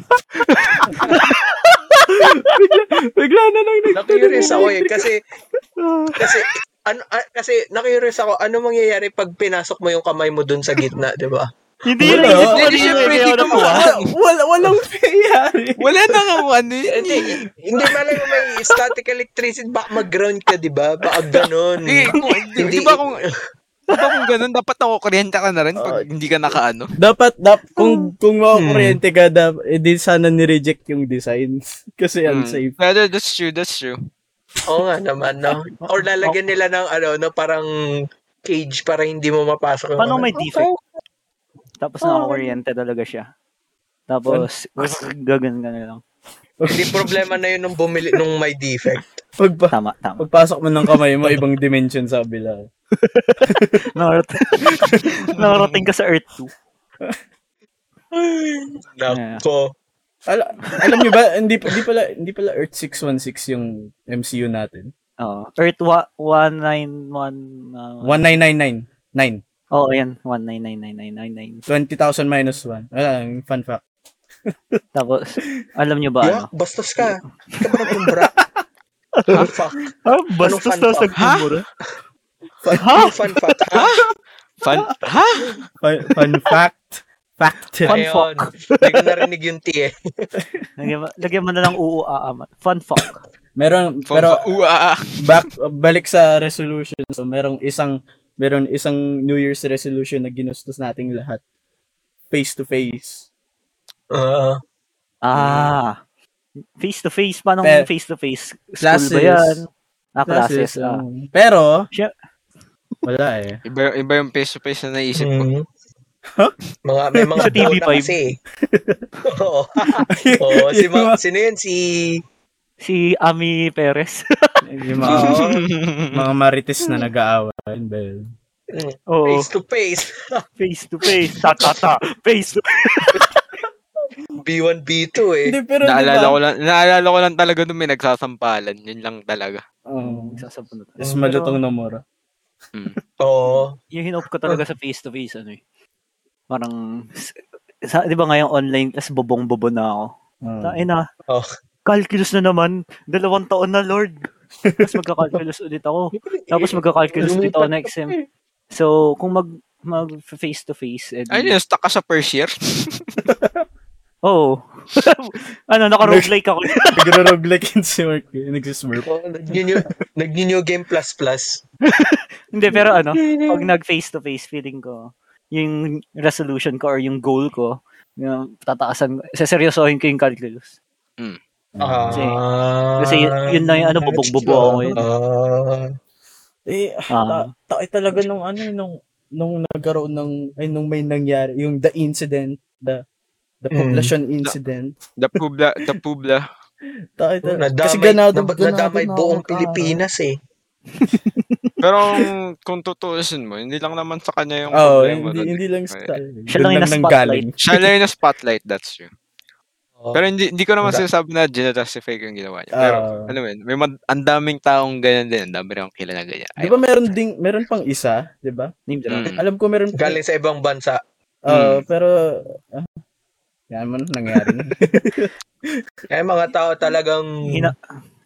Speaker 1: Bigla na lang
Speaker 2: Na-curious ako eh. Kasi, kasi, ano, ah, kasi na-curious ako, ano mangyayari pag pinasok mo yung kamay mo dun sa gitna, di ba?
Speaker 3: Hindi
Speaker 1: Wala.
Speaker 3: yun eh. naisip ko
Speaker 1: Hindi,
Speaker 3: kanina.
Speaker 4: syempre,
Speaker 3: Kaya
Speaker 4: hindi
Speaker 3: wala
Speaker 4: ko
Speaker 3: pa.
Speaker 4: ma-
Speaker 1: Wala, walang nangyayari.
Speaker 4: Wala na nga mo, ano yun
Speaker 2: Hindi,
Speaker 4: eh.
Speaker 2: hindi malay mo may static electricity, baka mag-ground ka, di ba? Baka ganun.
Speaker 4: Eh, kung- Di, di ba kung, di ba kung ganun, dapat ako kuryente ka na rin pag hindi ka nakaano?
Speaker 1: Dapat, dap, kung, kung makakuryente ka, dap, edi sana nireject yung designs. Kasi
Speaker 4: Mm.
Speaker 1: unsafe.
Speaker 4: Pero that's true, that's true.
Speaker 2: Oo nga naman, no? Or lalagyan nila ng ano, no, parang cage para hindi mo mapasok.
Speaker 3: eh.
Speaker 2: yung- ano.
Speaker 3: Paano may defect? Tapos nakakuryente talaga siya. Tapos, gagan ka na lang.
Speaker 2: Hindi problema na yun nung bumili, nung may defect.
Speaker 1: Pagpa,
Speaker 3: Tama, tama.
Speaker 1: pagpasok mo ng kamay mo, ibang dimension sa bila.
Speaker 3: Narat- Nakarating ka sa Earth 2.
Speaker 2: Nako.
Speaker 1: Al- alam niyo ba, hindi, hindi pala, hindi pala Earth 616 yung MCU natin.
Speaker 3: Oo. Earth wa- 191... ah,
Speaker 1: 1999. 9.
Speaker 3: Oo, oh, yan. 1999999.
Speaker 1: 20,000 minus 1. Wala lang, fun fact.
Speaker 3: Tapos, alam nyo ba
Speaker 2: Yeah,
Speaker 3: ano?
Speaker 2: bastos ka. Hindi ka ba nagkumbra? Fun fact.
Speaker 3: Ah,
Speaker 2: bastos Anong fan daw pa? sa
Speaker 3: gumura.
Speaker 2: Fun, fun fact. Ah, Ha?
Speaker 4: Fan? Ha?
Speaker 1: Fun, fun fact. Fact check.
Speaker 3: Fun
Speaker 2: Ayun.
Speaker 3: fuck.
Speaker 2: Hindi ko narinig yung T eh.
Speaker 3: Lagyan mo, lagyan mo na lang uu aama. Fun fuck.
Speaker 1: Meron,
Speaker 4: Pero,
Speaker 1: pero
Speaker 4: Ua!
Speaker 1: back, balik sa resolution. So, merong isang, meron isang New Year's resolution na ginustos nating lahat. Face to face.
Speaker 2: Oo.
Speaker 3: Ah. Face to face. Paano
Speaker 1: Pe-
Speaker 3: face to face? School
Speaker 1: Classes.
Speaker 3: ba yan? Ah, classes.
Speaker 1: Classes,
Speaker 3: ah.
Speaker 1: oo. Pero,
Speaker 3: Siya-
Speaker 1: wala eh.
Speaker 4: Iba, iba yung face-to-face na naisip ko.
Speaker 2: Mm. Mga, may mga
Speaker 3: Sa
Speaker 2: buo
Speaker 3: TV5.
Speaker 2: na kasi. eh. Oo. Oo. Si, ma- sino yun? Si...
Speaker 3: Si Ami Perez.
Speaker 1: Yung mga,
Speaker 2: Oo.
Speaker 1: mga marites na nag-aaway. Yun ba yun?
Speaker 2: Mm,
Speaker 3: Oo.
Speaker 2: Face to face.
Speaker 3: Face to face. Ta ta ta. Face to
Speaker 2: B1, B2 eh.
Speaker 1: Hindi, pero
Speaker 4: Naalala
Speaker 1: diba?
Speaker 4: ko lang, naalala ko lang talaga nung may nagsasampalan. Yun lang talaga.
Speaker 2: Mm.
Speaker 1: Oo.
Speaker 3: Sasabunutan.
Speaker 1: Tapos malutong na mura.
Speaker 2: Oo.
Speaker 3: yung hinope ko talaga sa face to face ano eh. Parang sa, 'di ba ngayon online tas bobong-bobo na ako.
Speaker 1: Oo.
Speaker 3: Tain na.
Speaker 2: Oh.
Speaker 3: Calculus na naman. Dalawang taon na, Lord. Tapos magka-calculus ulit ako. Tapos magka-calculus ulit ako next sem. So, kung mag mag face to face eh,
Speaker 1: Hmm.
Speaker 4: Ayun yun, stuck ka sa first year.
Speaker 3: Oh. ano, naka-roguelike ako.
Speaker 1: Nagro-roguelike yun si Mark. eh. Nagsismurf.
Speaker 2: Oo, nag-new, nag-new game plus plus.
Speaker 3: Hindi, pero ano, pag nag face to face feeling ko, yung resolution ko or yung goal ko, yung tataasan, saseryosohin ko yung calculus.
Speaker 2: Ah.
Speaker 3: kasi yun- yun lang yung ano, bubog-bubo ako ngayon.
Speaker 2: Ah.
Speaker 1: Eh,
Speaker 3: Ah.
Speaker 1: ta- ta- eh, talaga nung ano, eh, nung, nung nagkaroon ng, ay, nung may nangyari, yung the incident, the, the
Speaker 2: Mm.
Speaker 1: population incident.
Speaker 4: The publa, the publa.
Speaker 1: Ta- ta-
Speaker 2: Nadamay,
Speaker 1: kasi ganado,
Speaker 2: nab-
Speaker 1: ganado
Speaker 2: nadamay
Speaker 1: na
Speaker 2: buong
Speaker 1: ako,
Speaker 2: Pilipinas eh.
Speaker 4: Pero kung- kung tutuusin mo, hindi lang naman sa kanya yung
Speaker 1: tara. Oo,
Speaker 4: problema.
Speaker 1: Oh, hindi,
Speaker 4: nun.
Speaker 1: hindi lang sa
Speaker 4: Eh,
Speaker 3: Siya lang
Speaker 1: doon
Speaker 3: yung
Speaker 1: nanggaling.
Speaker 4: Siya lang yung spotlight, that's true.
Speaker 1: Oh.
Speaker 2: Oo.
Speaker 4: Pero hindi, hindi ko naman
Speaker 1: Wala.
Speaker 4: sinasabi na ginastify ko yung ginawa niya. Pero,
Speaker 1: Ah.
Speaker 4: ano man, may mad- ang daming taong ganyan din. Ang dami rin akong kilala ganyan.
Speaker 1: Di ba meron ding, meron pang isa, di ba?
Speaker 3: Name drop.
Speaker 4: Mm.
Speaker 1: Alam ko meron pang,
Speaker 2: Galing Mm. sa ibang bansa.
Speaker 1: Oo, pero, ah, yan man, nangyari. na.
Speaker 2: Eh, mga tao talagang
Speaker 4: mm.
Speaker 3: Hina,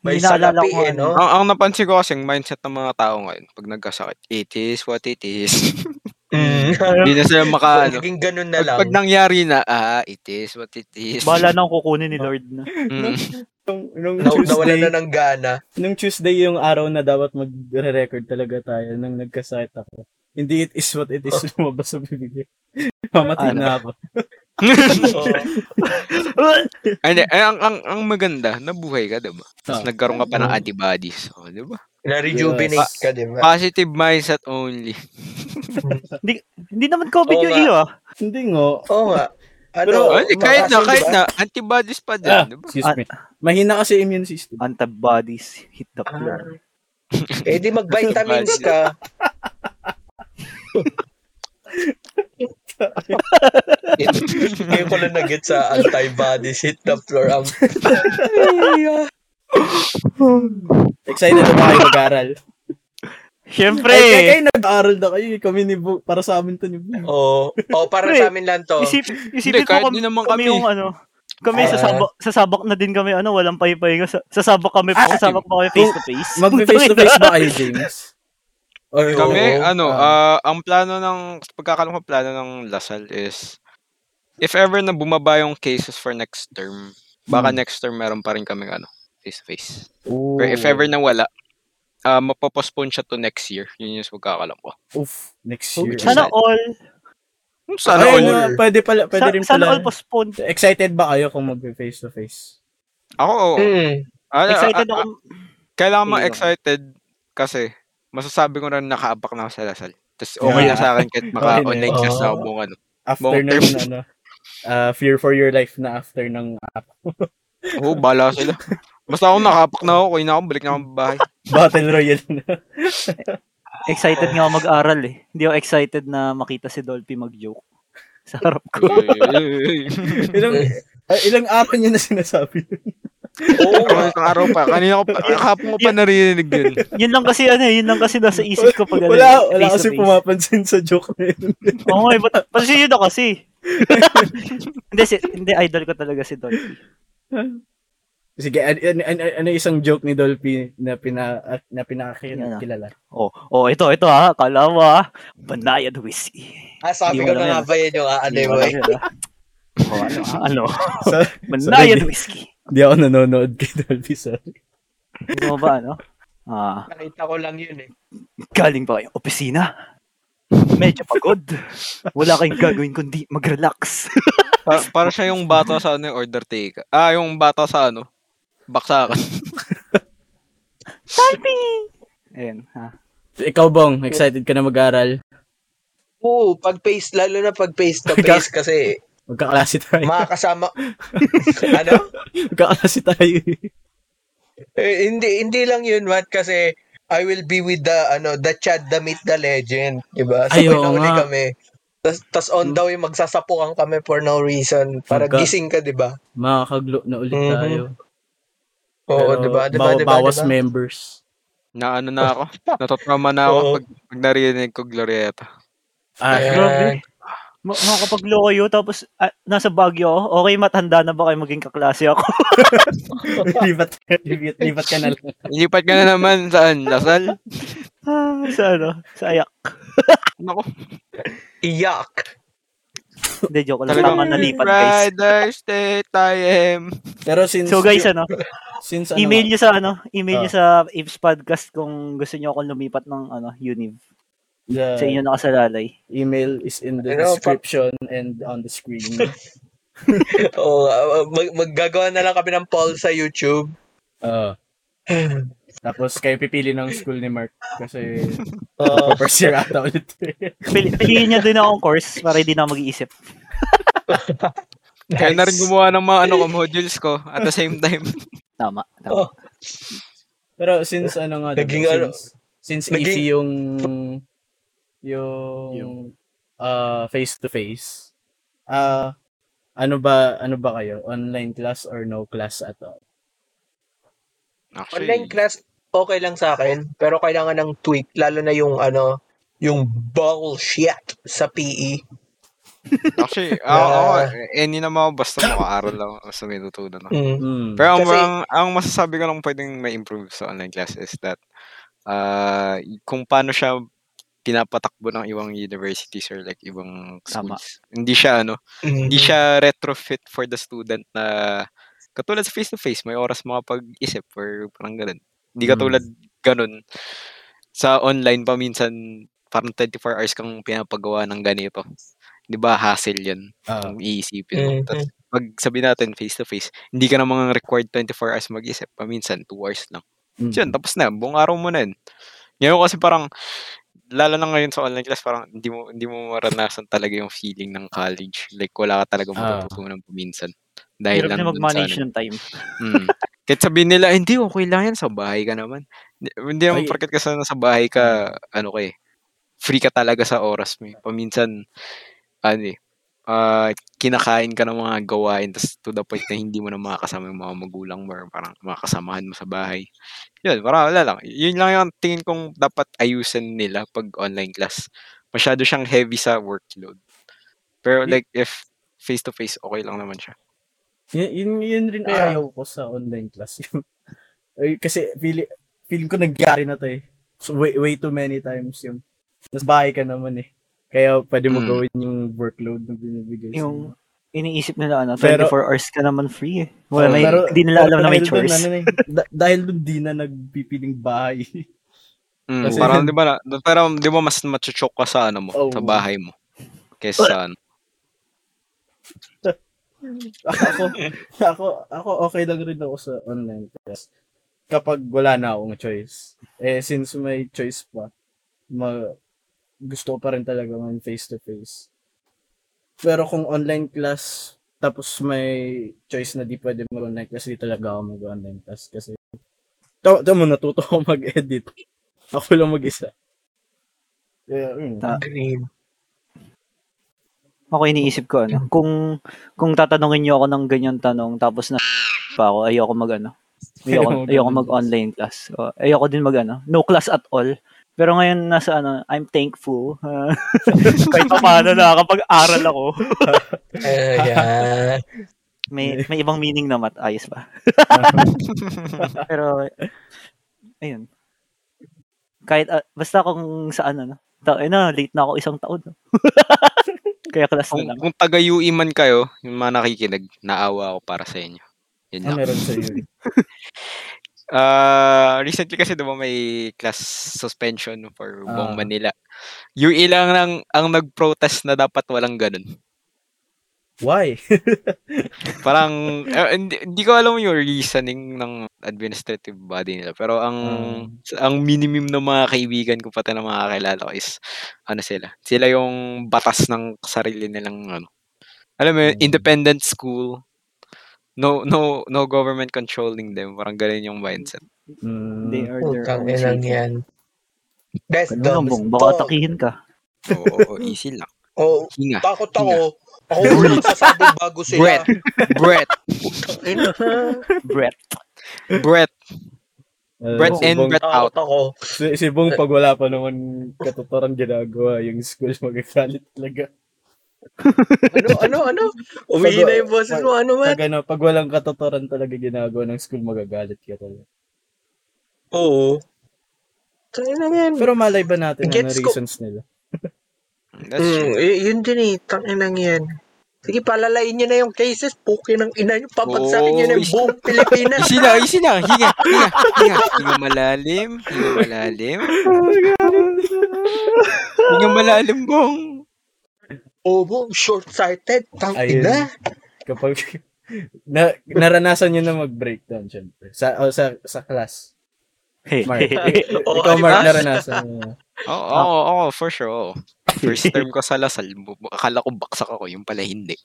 Speaker 2: may
Speaker 3: hinaalala
Speaker 2: salapi
Speaker 3: ko
Speaker 2: eh,
Speaker 3: ano.
Speaker 2: no?
Speaker 4: Ang, ang napansin ko kasing mindset ng mga tao ngayon, pag nagkasakit, it is what it is.
Speaker 2: Mm.
Speaker 4: Hindi na sila maka, ano.
Speaker 2: Naging ganun na
Speaker 4: Pag,
Speaker 2: lang.
Speaker 4: pag nangyari na, ah, it is what it is.
Speaker 3: Bahala na akong kukunin ni Lord na.
Speaker 4: Mm.
Speaker 1: nung, nung
Speaker 2: Na, nawala
Speaker 1: Tuesday,
Speaker 2: na ng gana.
Speaker 1: nung Tuesday yung araw na dapat magre-record talaga tayo nang nagkasakit ako. Hindi it is what it is lumabas sa bibig. Mamatay
Speaker 3: Oh. Ano?
Speaker 1: na ako.
Speaker 2: Oo.
Speaker 4: Ay, hindi. Ay, eh, ang, ang, ang maganda, nabuhay ka, diba? Tapos
Speaker 1: Ah.
Speaker 4: nagkaroon ka pa ng
Speaker 2: Oo.
Speaker 4: antibodies. Oh, diba?
Speaker 2: Na-rejuvenate
Speaker 4: Yes.
Speaker 2: ka, di ba?
Speaker 4: Positive mindset only.
Speaker 3: Hindi naman COVID
Speaker 2: Oo
Speaker 3: yung
Speaker 2: nga.
Speaker 3: iyo ah.
Speaker 1: Hindi ngo.
Speaker 2: Oo diba? nga. Ano,
Speaker 1: Pero,
Speaker 4: Oh, hindi, kahit na,
Speaker 2: makasin,
Speaker 4: kahit
Speaker 2: di ba?
Speaker 4: na, antibodies pa din,
Speaker 1: Ah,
Speaker 3: ano
Speaker 4: diba?
Speaker 1: excuse me. Mahina kasi immune system.
Speaker 3: Antibodies hit the
Speaker 2: Ah.
Speaker 3: floor.
Speaker 2: Eh, di mag-vitamins
Speaker 4: Bad.
Speaker 2: ka. Ngayon ko lang nag-get sa antibodies hit the floor. Um, Ang
Speaker 1: Excited na ba kayo mag-aral?
Speaker 3: Siyempre!
Speaker 1: Ay, kayo, kayo nag-aral na kayo. Kami ni Bo, para sa amin to ni Bo.
Speaker 2: Oo. Oh, para
Speaker 3: Pre,
Speaker 2: sa amin lang to.
Speaker 3: Isip, isipin
Speaker 4: Hindi, kahit
Speaker 3: mo kami,
Speaker 4: di naman
Speaker 3: kami
Speaker 4: kami.
Speaker 3: yung ano. Kami
Speaker 2: Ah.
Speaker 3: sasabak, sasabak na din kami ano, walang paypay nga. Sa- Sasabak kami,
Speaker 1: Ah,
Speaker 3: sasabak pa kami face to face.
Speaker 1: Mag-face to face ba kayo, James?
Speaker 2: Oh,
Speaker 1: Or,
Speaker 4: Kami,
Speaker 2: Oo.
Speaker 4: ano,
Speaker 1: Ah.
Speaker 4: ah, ang plano ng, pagkakalang ko plano ng Lasal is, if ever na bumaba yung cases for next term, baka
Speaker 1: Hmm.
Speaker 4: next term meron pa rin kaming ano, face-to-face.
Speaker 1: Oh.
Speaker 4: Pero if ever na wala, ah mapapostpone siya to next year. Yun yung pagkakalam ko.
Speaker 1: Oof, next
Speaker 4: Oh,
Speaker 1: year.
Speaker 4: which is
Speaker 3: Sana all,
Speaker 4: Hmm, Sana
Speaker 1: Sana
Speaker 4: all.
Speaker 2: all.
Speaker 1: pwede pala, pwede
Speaker 3: sa-
Speaker 1: rin
Speaker 3: sana
Speaker 1: pala.
Speaker 3: all postponed.
Speaker 1: Excited ba kayo kung mag-face to face?
Speaker 4: Ako, oo.
Speaker 2: Mm.
Speaker 4: Ano,
Speaker 3: Excited
Speaker 4: ah, ah,
Speaker 3: ako.
Speaker 4: kailangan
Speaker 3: Sige,
Speaker 4: mo
Speaker 3: go.
Speaker 4: excited kasi masasabi ko na nakaapak na ako sa Lasal. Tapos okay na
Speaker 1: Yeah.
Speaker 4: sa akin kahit maka
Speaker 1: Okay na yun.
Speaker 4: online class na ako
Speaker 2: Oo.
Speaker 4: buong ano.
Speaker 1: after
Speaker 4: Buong
Speaker 1: ng
Speaker 4: term.
Speaker 1: ano, ah, fear for your life na after ng app.
Speaker 4: Oo, bala sila. Basta ako nakapak na ako, okay na ako, balik na ako bahay.
Speaker 1: Battle Royale na.
Speaker 3: Excited nga ako mag-aral eh. Hindi ako excited na makita si Dolphy mag-joke. Sa harap ko.
Speaker 1: ilang, ah, ilang araw niya na sinasabi.
Speaker 2: Oo nga.
Speaker 4: Isang araw pa. Kanina ko pa, kahapon ko pa naririnig yun.
Speaker 3: yun lang kasi ano, eh, yun lang kasi nasa isip ko pag ano,
Speaker 1: wala, wala
Speaker 3: face to
Speaker 1: kasi
Speaker 3: face.
Speaker 1: pumapansin sa joke na yun.
Speaker 3: Oo, eh, but pasensya na kasi. hindi, si, hindi, idol ko talaga si Dolphy.
Speaker 1: Sige, an- an- an- an- ano isang joke ni Dolphy na pina at- na
Speaker 3: Yan
Speaker 2: Ano?
Speaker 3: na.
Speaker 1: pinakakilala?
Speaker 3: Oh, oh, ito, ito ha. Kala mo ha. Banayad whiskey.
Speaker 2: Ah, sabi
Speaker 3: Hindi
Speaker 2: ko
Speaker 3: mo alam
Speaker 2: na nga
Speaker 3: yan.
Speaker 2: ba yun yung ano yun, boy?
Speaker 3: oh, ano, ha? ano?
Speaker 1: Sa-
Speaker 3: Banayad
Speaker 1: Sorry.
Speaker 3: whiskey.
Speaker 1: Di ako nanonood kay Dolphy, sorry.
Speaker 3: Ano ba, ano? Ah,
Speaker 2: Nakita ko lang yun eh.
Speaker 3: galing ba kayong opisina? Medyo pagod. Wala kayong gagawin kundi mag-relax.
Speaker 4: Pa- para siya yung bata sa ano, yung order take. Ah, yung bata sa ano, baksakan.
Speaker 3: Ayun, ha.
Speaker 1: Ikaw, Bong, excited ka na mag-aral?
Speaker 2: Oo, pag face, lalo na pag face to face kasi
Speaker 1: Magkaklase tayo.
Speaker 2: makakasama. ano?
Speaker 1: Magkaklase tayo.
Speaker 2: Eh, hindi hindi lang yun, Matt, kasi I will be with the ano, the Chad the Meet the Legend, 'di ba? So
Speaker 1: Ay, oo
Speaker 2: pinahuli
Speaker 1: nga.
Speaker 2: kami. Tas, tas on daw yung magsasapukan kami for no reason. Para
Speaker 1: Pagka-
Speaker 2: gising ka, 'di ba?
Speaker 1: Makakaglo na ulit
Speaker 2: Mhm.
Speaker 1: tayo.
Speaker 2: Oo, diba?
Speaker 1: Pero
Speaker 2: 'di ba? 'Di ba?
Speaker 1: bawa-
Speaker 2: 'Di ba?
Speaker 1: Bawas
Speaker 2: 'Di ba?
Speaker 1: members.
Speaker 4: Na ano na ako, natatrauma na ako
Speaker 2: Oo.
Speaker 4: pag, pag narinig ko Glorieta.
Speaker 1: Ah,
Speaker 2: Ayan.
Speaker 3: grabe. Ma- makapagloko kayo, tapos ah, nasa Baguio ako. Okay, matanda na ba kayo maging kaklase ako?
Speaker 1: lipat, lipat, lipat ka na lang.
Speaker 4: Ilipat ka na naman saan? Lasal?
Speaker 3: Ah, sa ano? Sa ayak.
Speaker 4: Nako.
Speaker 2: Iyak.
Speaker 3: Hindi, joke lang.
Speaker 4: Talagang
Speaker 3: Tama nalipat, guys.
Speaker 4: Rider State I am.
Speaker 1: Pero since,
Speaker 3: So guys, ano?
Speaker 1: since ano,
Speaker 3: Email nyo sa ano? Email
Speaker 1: Ah.
Speaker 3: nyo sa Apes Podcast kung gusto nyo akong lumipat ng ano, Univ.
Speaker 1: the
Speaker 3: Sa inyo nakasalalay.
Speaker 1: email is in the
Speaker 2: Ano, pa-
Speaker 1: description and on the screen.
Speaker 2: Oo, ah, mag- maggagawa na lang kami ng poll sa YouTube.
Speaker 1: Ah. Tapos kayo pipili ng school ni Mark kasi
Speaker 2: Oo.
Speaker 1: first year ata ulit.
Speaker 3: Pili- Piliin niya din akong course para hindi na ako mag-iisip.
Speaker 4: Kaya na rin
Speaker 2: Nice.
Speaker 4: gumawa ng mga ano ko, modules ko at the same time.
Speaker 3: Tama. tama.
Speaker 2: Oh,
Speaker 1: Pero since ano nga, diba,
Speaker 2: Naging ano-
Speaker 1: since, since
Speaker 2: naging-
Speaker 1: easy yung yung uh, face-to-face, ah ano ba ano ba kayo? Online class or no class at all?
Speaker 2: online class okay lang sa akin, pero kailangan ng tweak lalo na yung ano, yung bullshit sa E. PE.
Speaker 4: Actually, ako, ako,
Speaker 2: Ah.
Speaker 4: any naman ako, basta makaaral lang ako sa may tutunan ako.
Speaker 2: Mm.
Speaker 1: Mm.
Speaker 4: Pero ang,
Speaker 2: Kasi-
Speaker 4: ang, ang masasabi ko lang pwedeng may improve sa online class is that ah, kung paano siya pinapatakbo ng ibang universities or like ibang
Speaker 3: Tama.
Speaker 4: schools. Hindi siya ano,
Speaker 2: Mm.
Speaker 4: hindi siya retrofit for the student na katulad sa face-to-face, may oras makapag-isip or parang ganun. Hindi
Speaker 1: Mm.
Speaker 4: katulad ganun sa online pa minsan parang 24 hours kang pinapagawa ng ganito. 'Di ba hassle 'yan
Speaker 1: Ah,
Speaker 4: kung iisipin mo.
Speaker 2: Mhm.
Speaker 4: Tas pag sabi natin face-to-face, hindi ka namang required 24 hours mag-isip. Paminsan, 2 hours lang.
Speaker 1: mm.
Speaker 4: So, yun, tapos na. Buong araw mo na yun. Ngayon kasi parang, lalo na ngayon sa online class, parang hindi mo, hindi mo maranasan talaga yung feeling ng college. Like, wala ka
Speaker 1: Ah.
Speaker 4: talaga matututunan paminsan.
Speaker 3: Hirap
Speaker 4: Dahil lang
Speaker 3: na
Speaker 4: dun sa
Speaker 3: mag-manage
Speaker 4: ano.
Speaker 3: ng time.
Speaker 4: Mm. Kahit sabihin nila, hindi, okay lang yan, sa bahay ka naman. Hindi- Hindi naman
Speaker 1: Ay.
Speaker 4: porket ka sa nasa bahay ka, ano ka eh, free ka talaga sa oras mo. eh. Paminsan, ano eh, ah, kinakain ka ng mga gawain tas to the point na hindi mo na makakasama yung mga magulang mo or parang makakasamahan mo sa bahay. Yun, parang wala lang. Yun lang yung tingin kong dapat ayusin nila pag online class. Masyado siyang heavy sa workload.
Speaker 1: Y-
Speaker 4: Pero like if face-to-face, okay lang naman siya.
Speaker 1: Yun, yun, yun rin
Speaker 2: Kaya-
Speaker 1: ayaw ko sa online class. Ay, kasi feeling, feeling ko nagyari na to eh. So, way, way too many times yung Tapos bahay ka naman eh. Kaya pwede mo
Speaker 4: Mm.
Speaker 1: gawin yung workload na binibigay sa'yo.
Speaker 3: Yung iniisip nila, ano, 24
Speaker 1: Pero-
Speaker 3: hours ka naman free eh. Well,
Speaker 1: Oo,
Speaker 3: may,
Speaker 1: pero-
Speaker 3: hindi nila alam na may
Speaker 1: dahil dun,
Speaker 3: chores.
Speaker 1: ano na eh, da- dahil dun di na nagpipiling bahay.
Speaker 4: Mm,
Speaker 1: Kasi-
Speaker 4: parang di ba na, na- pero di ba mas machochoke ka sa ano mo,
Speaker 1: Oh.
Speaker 4: sa bahay mo kaysa sa ano.
Speaker 1: ako, ako, ako okay lang rin ako sa online class. Kapag wala na akong choice. Eh, since may choice pa, ma- gusto ko pa rin talaga man face to face. Pero kung online class, tapos may choice na di pwede mag-online class, di talaga ako mag-online class. Kasi, tama tama, natuto ako mag-edit. Ako lang mag-isa. mm. Kaya, yun.
Speaker 3: Ta-
Speaker 2: Green.
Speaker 3: Ako iniisip ko, ano, kung, kung tatanungin nyo ako ng ganyan tanong, tapos na pa ako, ayoko mag, ano,
Speaker 1: Ayaw
Speaker 3: ayoko, ayoko
Speaker 1: mag-
Speaker 3: mag-online class. O, ayoko din mag, ano, no class at all. Pero ngayon, nasa, ano, I'm thankful. Kahit pa paano nakakapag-aral ako.
Speaker 2: Ayan.
Speaker 3: May, may ibang meaning na mat. Ayos ba? Pero, ayun. Kahit, ah, basta kung saan, ano. Ta- ayun na, late na ako isang taon. no? Kaya class
Speaker 4: Kung,
Speaker 3: na lang.
Speaker 4: kung taga UE man kayo, yung mga nakikinig, naawa ako para sa inyo. Yun
Speaker 1: Ah,
Speaker 4: lang.
Speaker 1: meron sa iyo.
Speaker 4: Ah, recently kasi diba may class suspension for buong
Speaker 1: Ah.
Speaker 4: Manila. UE lang ang, ang nag-protest na dapat walang ganun.
Speaker 1: Why?
Speaker 4: Parang, eh, hindi, hindi ko alam yung reasoning ng administrative body nila. Pero ang ang minimum ng mga kaibigan ko pati ng mga kakilala ko is, ano sila? Sila yung batas ng sarili nilang, ano. Alam mo, yun,
Speaker 1: Mm.
Speaker 4: independent school. No no no government controlling them. Parang ganun yung mindset.
Speaker 3: They
Speaker 1: Mm.
Speaker 3: are their
Speaker 2: Putang
Speaker 3: own
Speaker 2: inang
Speaker 3: safety.
Speaker 2: yan. That's
Speaker 3: Ano
Speaker 2: the
Speaker 3: lang, bong, baka atakihin ka.
Speaker 4: Oo, easy lang.
Speaker 2: Oh,
Speaker 4: Hinga.
Speaker 2: takot ako. Ako wala sasabog bago sila.
Speaker 4: Breath. Breath.
Speaker 3: Brett.
Speaker 4: Breath.
Speaker 1: Uh,
Speaker 4: Breath
Speaker 1: si
Speaker 4: in,
Speaker 1: Bong-
Speaker 4: breath out.
Speaker 2: Takot ako.
Speaker 1: Si, si Bong, pag wala pa naman katuturang ginagawa, yung school magagalit talaga.
Speaker 2: Ano, ano, ano? Umihi na yung boses mo. Ano man?
Speaker 1: Pag, ano, pag walang katuturan talaga ginagawa ng school, magagalit ka talaga.
Speaker 2: Oo. Tangin na yan.
Speaker 1: Pero malay ba natin ano
Speaker 2: Gets ko.
Speaker 1: reasons nila?
Speaker 4: That's
Speaker 2: Mm,
Speaker 4: true.
Speaker 2: y- yun din eh. Tangin na yan. Sige, palalain nyo na yung cases. Puki ng ina nyo. Pabagsakin nyo na yung
Speaker 4: Oo.
Speaker 2: buong Pilipinas.
Speaker 4: Easy lang, easy lang. Hinga, hinga, hinga. Hinga malalim, hinga malalim. Hinga malalim, bong.
Speaker 2: Oo, short-sighted.
Speaker 1: Ayun.
Speaker 2: Tangin na.
Speaker 1: Kapag na, naranasan nyo na mag-breakdown, syempre. Sa, o, sa, sa class. Mark.
Speaker 2: Oo,
Speaker 1: Ikaw,
Speaker 2: Oh, di
Speaker 1: Mark,
Speaker 2: ba?
Speaker 1: naranasan mo na.
Speaker 4: Oo, oh, oo, oo, for sure. oo. First term ko sa Lasal, bu- bu- akala ko baksak ako, yung pala hindi.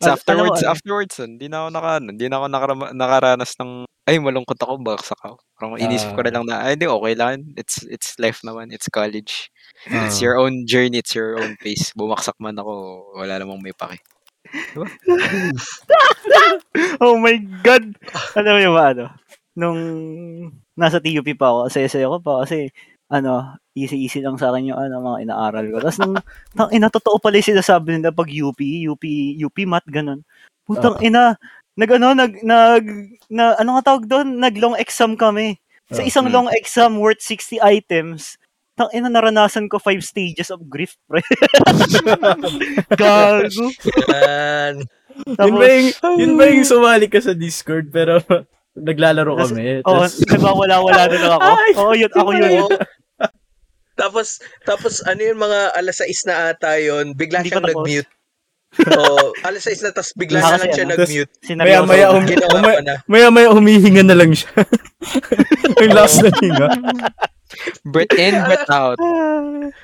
Speaker 4: So
Speaker 3: Al-
Speaker 4: afterwards,
Speaker 3: alam mo, ano?
Speaker 4: afterwards, hindi na ako naka, ano, hindi na ako nakarama- nakaranas ng, ay, malungkot ako, baksak ako. Parang inisip ko
Speaker 3: Ah.
Speaker 4: na lang na, ay, hindi, okay lang. It's, it's life naman, it's college.
Speaker 1: Ah.
Speaker 3: Ah.
Speaker 4: It's your own journey, it's your own pace. Bumaksak man ako, wala namang may pake.
Speaker 3: Oh my God! Alam mo yung ba, ano? Nung nasa TUP pa ako, saya saya ko pa kasi ano, easy-easy lang sa akin yung ano, mga inaaral ko. Tapos nung, tang ina, totoo pala yung sinasabi nila pag UP, UP, UP mat, ganun. Putang
Speaker 1: Ah.
Speaker 3: ina, nag ano, nag, nag, na, ano nga tawag doon? Nag long exam kami. Sa
Speaker 1: Ah,
Speaker 3: isang
Speaker 4: hmm.
Speaker 3: long exam worth 60 items, tang ina, naranasan ko five stages of grief, pre. Gago.
Speaker 2: Yan.
Speaker 1: Yun ba yung,
Speaker 3: Tapos-
Speaker 1: yun ba yung sumali ka sa Discord pero naglalaro
Speaker 3: Nas-
Speaker 1: kami?
Speaker 2: oh.
Speaker 3: Oo,
Speaker 1: Tas-
Speaker 3: nagwawala-wala na lang ako.
Speaker 1: Ay, um-
Speaker 3: Oo, yun, ako yun.
Speaker 2: Oo. Tapos, tapos ano yun, mga alas 6 na ata yun, bigla
Speaker 3: Hindi
Speaker 2: siyang
Speaker 3: pa tapos.
Speaker 2: nag-mute. Oo, alas 6 na, tapos bigla
Speaker 3: Nakakasaya
Speaker 2: na lang siya
Speaker 3: na.
Speaker 2: nag-mute.
Speaker 1: maya
Speaker 3: Sineryoso.
Speaker 1: ano, maya, um,
Speaker 2: Ginawa
Speaker 1: um,
Speaker 2: pa na.
Speaker 1: maya maya humihinga na lang siya. yung last
Speaker 2: Oh.
Speaker 1: na hinga.
Speaker 4: Breath in, breath out.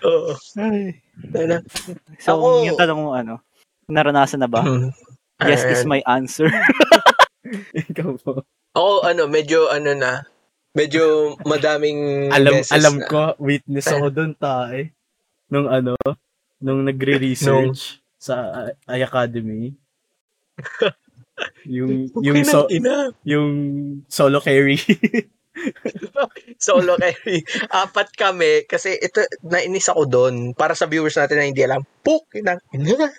Speaker 2: Oo.
Speaker 3: Ay.
Speaker 2: Ano?
Speaker 3: So,
Speaker 2: Ako-
Speaker 3: yung tanong mo, ano, naranasan na ba?
Speaker 2: Hmm.
Speaker 3: Yes is
Speaker 2: Ayan.
Speaker 3: my answer.
Speaker 1: Ikaw po.
Speaker 2: Ako, ano, medyo, ano na, medyo madaming
Speaker 1: Alam,
Speaker 2: beses
Speaker 1: alam
Speaker 2: na.
Speaker 1: ko, witness ako doon tae. Nung ano, nung nagre-research sa uh, I Academy. yung yung
Speaker 2: Pukin
Speaker 1: so,
Speaker 2: ang ina.
Speaker 1: yung solo carry.
Speaker 2: Solo carry. Apat kami. Kasi ito, nainis ako doon. Para sa viewers natin na hindi alam. Puk! Inang, ina.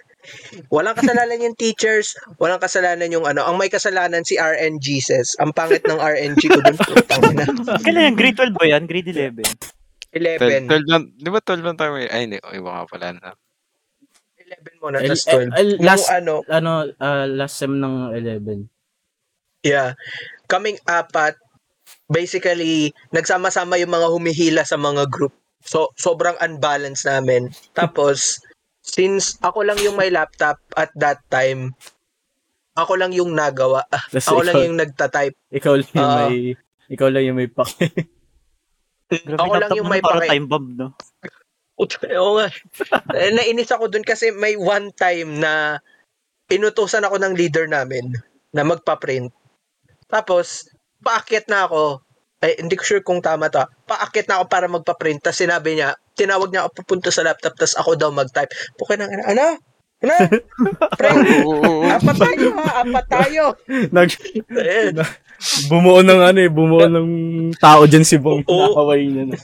Speaker 2: Walang kasalanan yung teachers. Walang kasalanan yung ano. Ang may kasalanan si RN Jesus. Ang pangit ng RNG ko doon. Putang ina.
Speaker 3: Kailan yan? Grade 12 ba yan? Grade 11?
Speaker 2: 11.
Speaker 4: 12 lang, di ba 12 lang tayo? may- Ay, hindi, oh, iba nga pala. Na.
Speaker 2: 11 muna,
Speaker 1: El-
Speaker 2: tapos 12.
Speaker 1: el-
Speaker 2: Yung
Speaker 1: last
Speaker 2: ano,
Speaker 1: ano ah, last sem ng 11.
Speaker 2: yeah. Kaming apat, basically, nagsama-sama yung mga humihila sa mga group. So, sobrang unbalanced namin. Tapos, since ako lang yung may laptop at that time, ako lang yung nagawa. Ah,
Speaker 1: Tas
Speaker 2: Ako lang
Speaker 1: ikaw-
Speaker 2: yung Ah. nagtatype.
Speaker 1: Ikaw lang yung
Speaker 2: Oo.
Speaker 1: may ikaw lang yung may pak.
Speaker 3: Grabe,
Speaker 2: Ako lang
Speaker 3: laptop
Speaker 2: yung
Speaker 3: mo na
Speaker 2: may
Speaker 3: parang
Speaker 2: pake.
Speaker 3: time bomb, no?
Speaker 2: Oo nga. Eh, Nainis ako dun kasi may one time na inutusan ako ng leader namin na magpa-print. Tapos, paakyat na ako. Ay, hindi ko sure kung tama to. ah. Paakyat na ako para magpa-print. Tapos sinabi niya, tinawag niya ako papunta sa laptop. Tapos ako daw mag-type. Pukin ng ina. Ano? Ano? Print. Apat tayo ha. Apat tayo.
Speaker 1: Nag
Speaker 2: Eh,
Speaker 1: bumuo ng ano eh, bumuo ng tao diyan si Bong.
Speaker 2: Oo.
Speaker 1: Nakaway niya na.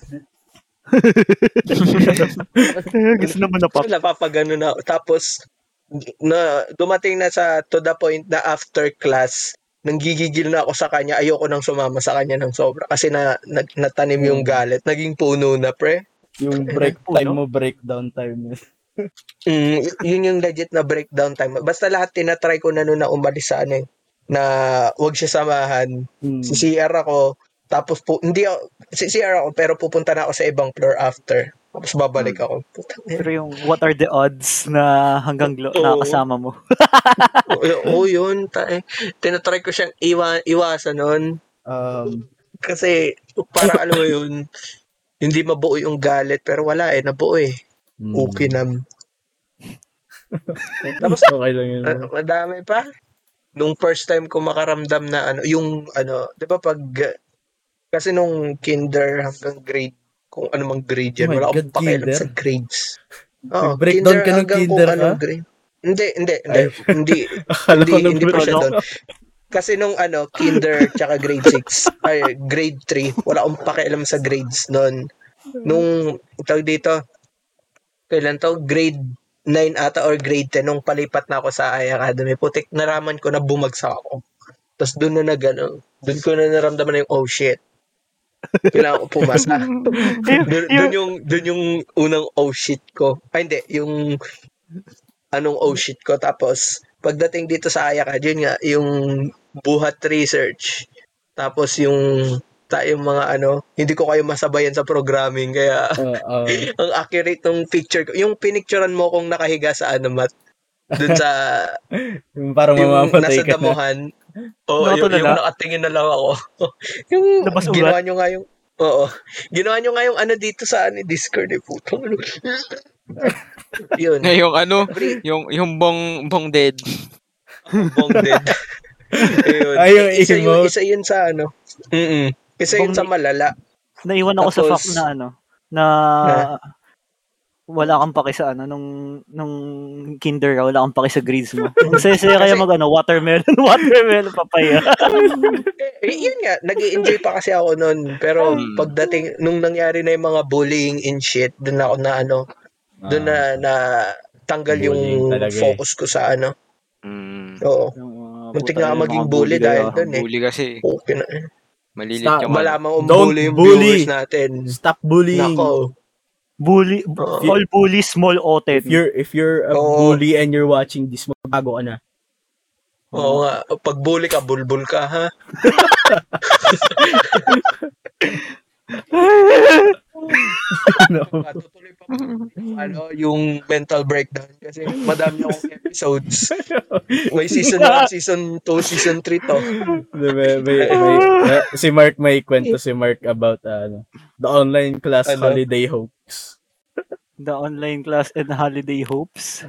Speaker 3: Gusto naman na pop.
Speaker 2: napapagano na ako. Tapos, na dumating na sa to the point na after class, nanggigigil na ako sa kanya. Ayoko nang sumama sa kanya ng sobra kasi na, na natanim yung galit. Naging puno na, pre.
Speaker 1: Yung break time mo, breakdown time mo.
Speaker 2: Mm, y- yun yung legit na breakdown time. Basta lahat tinatry ko na noon na umalis sa ano eh, na wag siya samahan.
Speaker 1: Hmm.
Speaker 2: Si CR ako, tapos po, hindi ako, si CR ako, pero pupunta na ako sa ibang floor after. Tapos babalik ako. Putang ina.
Speaker 3: Pero yung what are the odds na hanggang glo-
Speaker 2: Oo.
Speaker 3: nakakasama mo?
Speaker 2: Oo, oo, yun. Tay. Tinatry ko siyang iwa, iwasan noon.
Speaker 1: Um,
Speaker 2: Kasi, para alam mo yun, hindi mabuo yung galit, pero wala eh, nabuo eh.
Speaker 1: hmm.
Speaker 2: Okay nam.
Speaker 1: Tapos, okay lang yun.
Speaker 2: Ah, madami pa. Nung first time ko makaramdam na ano, yung ano, 'di ba pag kasi nung kinder hanggang grade kung ano mang grade
Speaker 1: Oh
Speaker 2: yan,
Speaker 1: my
Speaker 2: wala akong
Speaker 1: God,
Speaker 2: pakialam
Speaker 1: kinder?
Speaker 2: sa grades. Oo,
Speaker 1: Breakdown ka ng
Speaker 2: hanggang kung
Speaker 1: kinder, ah?
Speaker 2: anong
Speaker 1: ha?
Speaker 2: grade. Hindi, hindi, hindi, hindi,
Speaker 1: Akala
Speaker 2: hindi,
Speaker 1: ko nung
Speaker 2: hindi pa siya
Speaker 3: ano?
Speaker 2: doon. Kasi nung ano, kinder tsaka grade 6, ay grade 3, wala akong pakialam sa grades noon. Nung tawag dito, kailan to? Grade 9 ata or grade 10 nung palipat na ako sa AI Academy. Putik, naraman ko na bumagsak ako. Tapos doon na nag ano, doon ko na naramdaman na yung oh shit. Kailangan ko pumasa. doon, doon yung doon yung unang oh shit ko. Ay hindi, yung anong oh shit ko tapos pagdating dito sa Ayak Academy, yun nga yung buhat research. Tapos yung tayong mga ano, hindi ko kayo masabayan sa programming kaya
Speaker 1: Ah, ah.
Speaker 2: ang accurate ng picture ko. Yung pinicturean mo kung nakahiga sa ano, Matt. Doon sa,
Speaker 1: yung parang
Speaker 2: yung
Speaker 1: mamamatay
Speaker 2: nasa
Speaker 1: ka na.
Speaker 2: damuhan. Oo, yung,
Speaker 3: Nakatulala?
Speaker 2: yung nakatingin na lang ako. yung
Speaker 3: Labas ugat?
Speaker 2: ginawa nyo nga yung, oo. Ginawa nyo nga yung ano dito sa ano, Discord eh, putong ano. Yun,
Speaker 4: Eh, yung ano,
Speaker 2: Pre.
Speaker 4: yung, yung bong, bong dead.
Speaker 2: bong dead. Ayun.
Speaker 1: Ay, yung
Speaker 2: isa, yun,
Speaker 1: emote.
Speaker 2: isa yun sa ano. Mm Isa yun
Speaker 3: Bong-
Speaker 2: sa malala.
Speaker 3: Naiwan ako sa
Speaker 2: Tapos-
Speaker 3: fact na ano, na
Speaker 2: Na?
Speaker 3: wala kang paki sa ano, nung, nung kinder ka, wala kang paki sa grades mo. Ang saya-saya kaya
Speaker 2: Kasi-
Speaker 3: mag ano, watermelon, watermelon, papaya.
Speaker 2: Eh, yun nga, nag enjoy pa kasi ako noon. Pero
Speaker 4: Hmm.
Speaker 2: pagdating, nung nangyari na yung mga bullying and shit, doon ako na ano, doon na, na tanggal yung
Speaker 1: Bullying talaga eh.
Speaker 2: focus ko sa ano.
Speaker 4: Mm.
Speaker 2: Oo.
Speaker 3: Yung
Speaker 1: uh,
Speaker 3: mga
Speaker 2: Muntik
Speaker 3: puta,
Speaker 2: na ako
Speaker 3: yung
Speaker 2: maging
Speaker 3: mga
Speaker 2: bully
Speaker 3: kayo.
Speaker 2: dahil doon eh.
Speaker 4: Bully kasi.
Speaker 2: Okay na.
Speaker 4: Malilit
Speaker 1: Stop.
Speaker 4: yung ano.
Speaker 2: Malamang um
Speaker 1: Don't
Speaker 2: bully yung
Speaker 1: bully.
Speaker 2: viewers natin.
Speaker 1: Stop bullying.
Speaker 2: Nako.
Speaker 3: Bully,
Speaker 2: Oo.
Speaker 3: all bully, small
Speaker 1: If
Speaker 3: oten.
Speaker 1: you're if you're a
Speaker 2: Oo.
Speaker 1: bully and you're watching this, magbago ka na.
Speaker 2: Oo nga. Pag bully ka, bulbul ka ha.
Speaker 1: Ano?
Speaker 2: Diba? Tutuloy pa pa ano, yung mental breakdown kasi madami akong episodes. May season 1, season 2, season 3 to.
Speaker 1: may, may, may, may- si Mark may kwento si Mark about ah, ano, the online class
Speaker 2: Ano?
Speaker 1: holiday hoax.
Speaker 3: The online class and holiday hopes.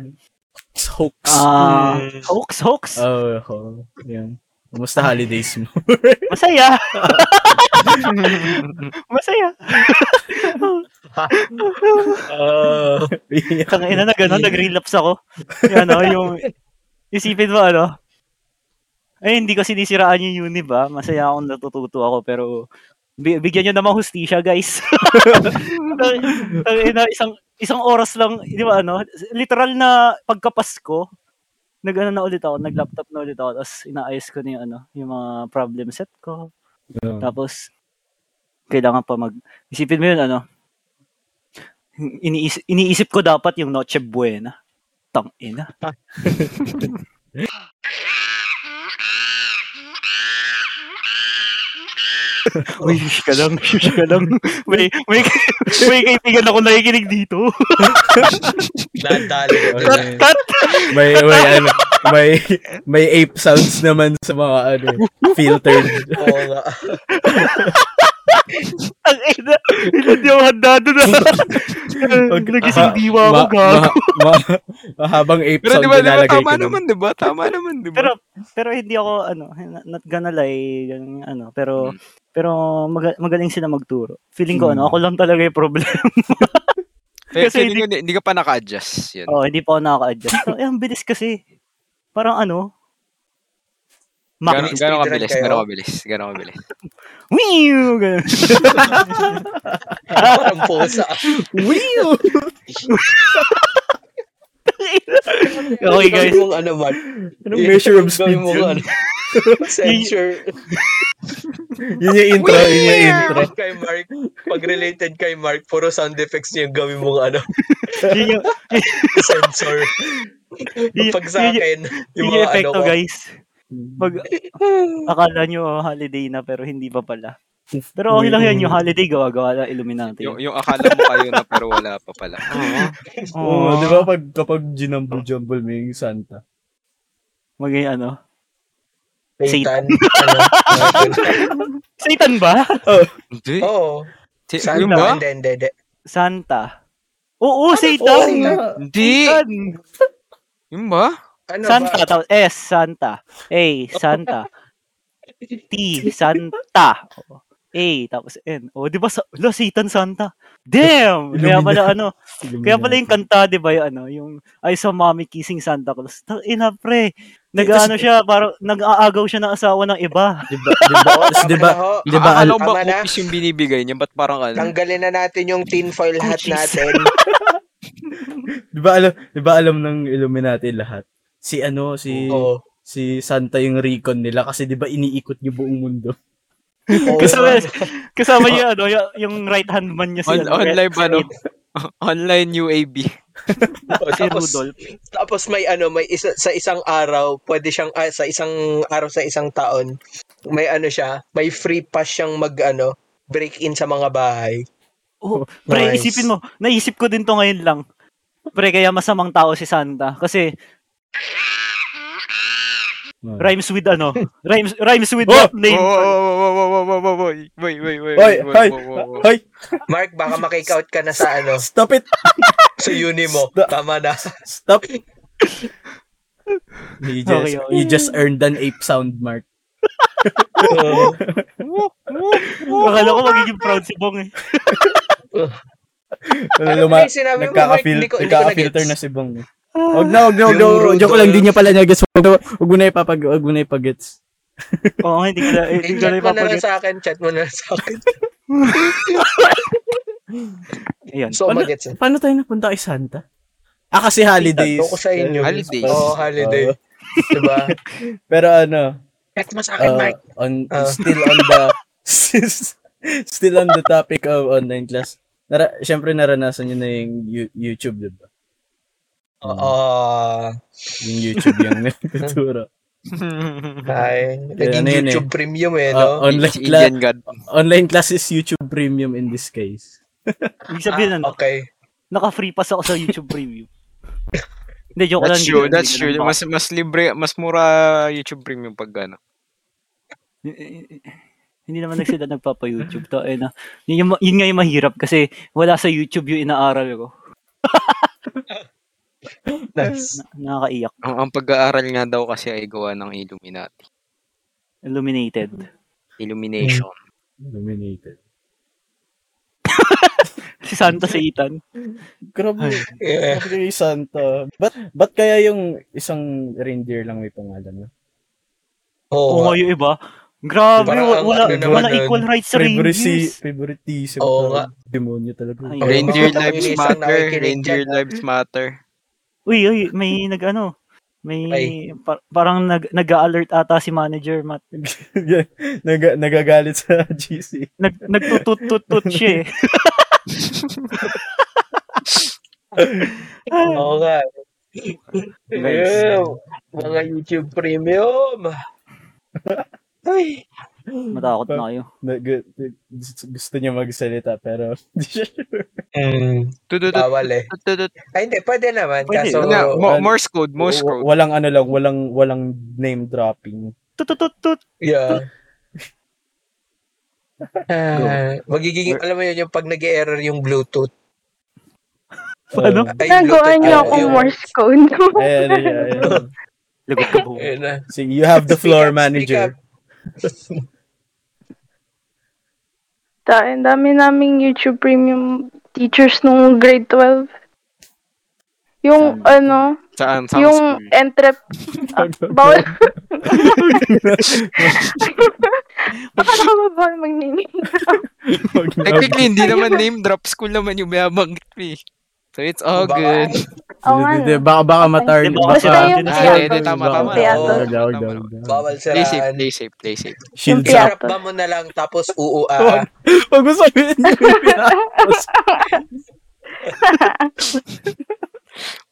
Speaker 1: Hoax.
Speaker 3: Ah,
Speaker 2: Mm.
Speaker 3: hoax, hoax.
Speaker 1: oh, ho- yun. Kumusta holidays mo?
Speaker 3: Masaya. Masaya.
Speaker 2: Ah.
Speaker 3: Kang ina na gano'n, nag-relapse ako. Yung ano, yung, isipin mo ano, ay, hindi ko sinisiraan yung uni ba? Masaya akong natututo ako, pero bi- bigyan nyo naman hustisya, guys. Tang- tang ina, isang, isang oras lang, di ba ano, literal na pagkapasko, nag ano na ulit ako, nag-laptop na ulit ako, tapos inaayos ko na yung ano, yung mga problem set ko.
Speaker 1: Oh.
Speaker 3: Tapos, kailangan pa mag... Isipin mo yun, ano? Iniisip, iniisip ko dapat yung Noche Buena. Tang ina. Uy, shush ka lang, shush ka lang. May, may, may kaibigan ako nakikinig dito.
Speaker 2: Nadali ko
Speaker 1: Cut,
Speaker 2: din.
Speaker 3: Cut!
Speaker 1: may may ano, may may ape sounds naman sa mga ano, filtered.
Speaker 2: Oo nga.
Speaker 3: Ang ina! Hindi ako handa doon. Nagising diwa ako,
Speaker 1: Ah, ma-
Speaker 3: gago.
Speaker 1: ma- ma- mahabang ape
Speaker 4: Pero
Speaker 1: sound
Speaker 4: di ba, di ba,
Speaker 1: nilalagay
Speaker 4: tama
Speaker 1: ko
Speaker 4: naman, di ba? Tama naman, di ba?
Speaker 3: Pero pero hindi ako ano, not gonna lie, ganun, ano, pero
Speaker 4: Mm.
Speaker 3: pero maga- magaling sila magturo. Feeling ko
Speaker 1: Mm.
Speaker 3: ano, ako lang talaga 'yung problema.
Speaker 4: Pero
Speaker 3: kasi
Speaker 4: feeling ko, hindi, hindi ka pa naka-adjust. Yun.
Speaker 3: oh, hindi pa ako nakaka-adjust. So, eh, ang bilis kasi. Parang ano,
Speaker 4: Gano'n
Speaker 3: Mac-
Speaker 2: Speedrun
Speaker 4: gano kabilis,
Speaker 2: kayo?
Speaker 4: gano'n kabilis, gano'n kabilis.
Speaker 3: Wiu! Ganun.
Speaker 2: Parang pusa.
Speaker 1: Wheel!
Speaker 3: Okay, guys.
Speaker 2: Yung ano man.
Speaker 1: Anong measure of
Speaker 2: Yung
Speaker 1: speed
Speaker 2: gawin mong
Speaker 1: yun?
Speaker 2: ano, Censure.
Speaker 1: Yun yung intro, yun yung intro.
Speaker 2: Pag kay Mark, pag related kay Mark, puro sound effects niya yung gawin mong ano,
Speaker 3: Yun yung,
Speaker 2: sensor. Pag sa akin,
Speaker 3: yun yung
Speaker 2: yung mga ano
Speaker 3: epekto,
Speaker 2: ko.
Speaker 3: guys. Pag akala nyo oh, holiday na, pero hindi pa pala. Pero
Speaker 2: Mm.
Speaker 3: okay lang yan, yung holiday, gawa-gawa na Illuminati.
Speaker 4: Yung, yung akala mo kayo na pero wala pa pala.
Speaker 2: Oh.
Speaker 1: Oo,
Speaker 3: Oh,
Speaker 4: Oo.
Speaker 1: di ba pag, kapag ginumble-jumble mo yung Santa?
Speaker 3: Maging ano?
Speaker 2: Satan. ano,
Speaker 3: Satan ba?
Speaker 4: Hindi.
Speaker 2: Oo.
Speaker 4: Si-
Speaker 2: Santa.
Speaker 4: yun ba?
Speaker 2: Hindi, hindi, hindi.
Speaker 3: Santa. Oo,
Speaker 2: Ano? Oo
Speaker 3: Satan!
Speaker 2: nga.
Speaker 4: Hindi.
Speaker 3: Satan!
Speaker 4: Yun ba?
Speaker 2: Ano
Speaker 3: Santa.
Speaker 2: ba?
Speaker 3: tao- S, Santa. A, Santa. T, Santa. A, tapos N. O, di ba? Sa, Ala, Satan, Santa. Damn! Kaya pala ano, kaya pala yung kanta, di ba, yung ano, yung I saw mommy kissing Santa Claus. Ta- Ina, pre. Nag-ano siya, parang nag-aagaw siya ng asawa ng iba.
Speaker 1: Diba, diba,
Speaker 2: Tama
Speaker 1: diba,
Speaker 2: na Ano ho.
Speaker 1: Di ba,
Speaker 4: Akala ko
Speaker 2: tama
Speaker 4: ba
Speaker 2: na.
Speaker 4: cookies yung binibigay niya? Ba't parang ano?
Speaker 2: Tanggalin na natin yung tinfoil hat
Speaker 3: Cookies.
Speaker 2: natin.
Speaker 1: diba, alam, diba alam ng Illuminati lahat? Si ano, si
Speaker 2: Oo.
Speaker 1: si Santa yung recon nila kasi diba iniikot yung buong mundo.
Speaker 2: Oo.
Speaker 3: Kasama, kasama niya, ano, yung, yung right hand man niya si,
Speaker 4: On,
Speaker 3: ano,
Speaker 4: online ba, ano?
Speaker 3: Red-
Speaker 4: Online UAB.
Speaker 2: Oo,
Speaker 3: si
Speaker 2: tapos,
Speaker 3: Rudolph.
Speaker 2: tapos may ano, may isa, sa isang araw, pwede siyang, ah, sa isang araw, sa isang taon, may ano siya, may free pass siyang mag, ano, break-in sa mga bahay.
Speaker 3: Oh, pre,
Speaker 2: Nice.
Speaker 3: isipin mo, naisip ko din to ngayon lang. Pre, kaya masamang tao si Santa. Kasi,
Speaker 1: Oh.
Speaker 3: rhymes with ano, rhymes, rhymes with
Speaker 1: Oh!
Speaker 3: rap name.
Speaker 1: Hoy, hoy, hoy,
Speaker 2: Mark, baka makikout ka na sa, ano,
Speaker 1: stop it!
Speaker 2: sa uni mo.
Speaker 1: Sta-
Speaker 2: Tama na.
Speaker 1: Stop! You just,
Speaker 3: Okay, okay.
Speaker 1: you just earned an ape sound mark.
Speaker 3: Akala ko magiging proud si Bong eh.
Speaker 2: Ano ba
Speaker 1: Luma,
Speaker 2: yung sinabi mo,
Speaker 1: nagkaka-fil-
Speaker 2: Mark? Hindi ko- hindi ko
Speaker 1: nagkaka-filter
Speaker 2: na-gets.
Speaker 1: na si Bong.
Speaker 3: Ah.
Speaker 1: eh. Huwag na, huwag na, huwag na.
Speaker 2: Yung Rudolph.
Speaker 1: Joke ko lang, di niya pala niya gets. Huwag na- huwag mo na ipapag, huwag mo na ipagets.
Speaker 3: Oo, hindi ko na, eh, hindi ko na
Speaker 2: I-chat mo na lang
Speaker 3: ipapagat.
Speaker 2: sa akin. Chat mo na lang sa akin.
Speaker 3: Ayan.
Speaker 2: So,
Speaker 1: Ano?
Speaker 2: magets.
Speaker 1: Paano tayo napunta kay Santa? Ah, kasi holidays.
Speaker 2: Tanto ko sa inyo.
Speaker 4: Holidays.
Speaker 2: Oo, holiday.
Speaker 1: Oo.
Speaker 2: diba?
Speaker 1: pero ano,
Speaker 2: Chat mo sa akin,
Speaker 1: uh,
Speaker 2: Mark.
Speaker 1: on,
Speaker 2: Ah.
Speaker 1: still on the, still on the topic of online class. Nara, syempre naranasan niyo na yung Yu- YouTube, di ba?
Speaker 2: Oo. Ah.
Speaker 1: Yung YouTube yung nagtuturo.
Speaker 2: Ay, naging
Speaker 1: ano yun eh.
Speaker 2: YouTube premium
Speaker 1: Ah,
Speaker 2: eh, no?
Speaker 1: online,
Speaker 4: Si
Speaker 1: class,
Speaker 4: Indian God.
Speaker 1: online class is YouTube premium in this case.
Speaker 3: Ibig sabihin,
Speaker 2: Ah,
Speaker 3: ano,
Speaker 2: okay.
Speaker 3: naka-free pass ako sa YouTube preview. Hindi, joke lang.
Speaker 4: That's
Speaker 3: hindi ano
Speaker 4: true,
Speaker 3: ko-
Speaker 4: that's
Speaker 3: hindi ko
Speaker 4: true.
Speaker 3: na-
Speaker 4: Mas, mas libre, mas mura YouTube Premium pag ano.
Speaker 3: hindi naman na sila nagpapa-YouTube. To, eh, na, yun, yung, yun nga yung mahirap kasi wala sa YouTube yung inaaral ko.
Speaker 2: Nice.
Speaker 3: Nakakaiyak.
Speaker 4: Ang, ang pag-aaral nga daw kasi ay gawa ng Illuminati.
Speaker 3: Illuminated.
Speaker 4: Illumination.
Speaker 2: Mm.
Speaker 1: Illuminated.
Speaker 3: Si Santa Satan.
Speaker 1: Grabe.
Speaker 2: Yeah.
Speaker 1: Sabi ko kay Santa. Ba't, ba't kaya yung isang reindeer lang may pangalan? No?
Speaker 3: Oo
Speaker 2: Oo.
Speaker 3: nga yung iba. Grabe,
Speaker 2: Parang
Speaker 3: wa-
Speaker 2: ang
Speaker 3: wala,
Speaker 2: ano
Speaker 3: wala
Speaker 2: naman
Speaker 3: equal rights sa
Speaker 1: Favorite,
Speaker 3: reindeers.
Speaker 1: favoritism.
Speaker 2: Oo nga.
Speaker 1: parang Demonyo talaga.
Speaker 3: Ay,
Speaker 1: Ay,
Speaker 4: Reindeer
Speaker 2: Ayun.
Speaker 4: Lives
Speaker 2: Isang
Speaker 4: Matter.
Speaker 2: nakikinig
Speaker 4: Reindeer
Speaker 2: dyan, ah.
Speaker 4: Lives Matter.
Speaker 3: Uy, uy, may nag-ano.
Speaker 2: Ay.
Speaker 3: May par- parang nag, nag-alert ata si manager. Mat.
Speaker 1: Nag, nagagalit sa GC.
Speaker 3: Nag, nagtutututut siya eh.
Speaker 2: Oo nga.
Speaker 3: Nice.
Speaker 2: Yeah. Mga YouTube premium. Ay.
Speaker 3: Matakot na kayo.
Speaker 1: Nag, gusto- gusto niya magsalita pero di siya sure.
Speaker 2: Mm,
Speaker 4: Tududut,
Speaker 2: bawal eh.
Speaker 4: tududut.
Speaker 2: Ay, hindi. Pwede naman.
Speaker 3: Pwede.
Speaker 2: Kaso,
Speaker 4: Wala, mo-
Speaker 1: ano-
Speaker 4: Morse code, Morse
Speaker 1: Wa-
Speaker 4: code.
Speaker 1: Walang ano lang, walang, walang name dropping.
Speaker 3: Tutututut.
Speaker 2: yeah. Ah, magiging, alam mo yun, yung pag nag error yung Bluetooth.
Speaker 3: Ano?
Speaker 1: Uh,
Speaker 2: Ay,
Speaker 5: Nagawa niyo
Speaker 2: ah,
Speaker 5: ako
Speaker 2: yung-
Speaker 5: Morse code.
Speaker 1: ayan, ayan, ayan.
Speaker 3: Lagot ka buo.
Speaker 2: Ayun na.
Speaker 1: Sige, eh, you have the
Speaker 2: Speak
Speaker 1: floor,
Speaker 2: up, speak up.
Speaker 1: manager.
Speaker 5: Ta, ang dami naming YouTube Premium teachers nung grade 12. Yung
Speaker 3: Saan?
Speaker 5: ano,
Speaker 4: Saan? Saan
Speaker 5: yung eh,
Speaker 4: school?
Speaker 5: entrep, bawal. Baka naman bawal mag-name.
Speaker 1: Wag na-
Speaker 4: Technically, hindi naman name drop. School naman yung mayabanggit mo eh. So it's all
Speaker 2: Baka- ano
Speaker 4: good.
Speaker 5: Oo nga,
Speaker 1: Hindi,
Speaker 5: no.
Speaker 1: baka baka matarget.
Speaker 3: Diba?
Speaker 1: Baka,
Speaker 5: Basta yung-
Speaker 4: Ah, hindi, hindi, tama,
Speaker 1: Baka-
Speaker 4: tama.
Speaker 5: Piyato.
Speaker 1: Oo, wag, wag, wag, wag.
Speaker 2: Bawal
Speaker 4: Play safe,
Speaker 2: siraan.
Speaker 4: play safe, play safe.
Speaker 1: Shields up.
Speaker 5: Yung
Speaker 2: Sarap ba mo na lang tapos uua.
Speaker 1: Wag, wag mo sabihin yung pinatas.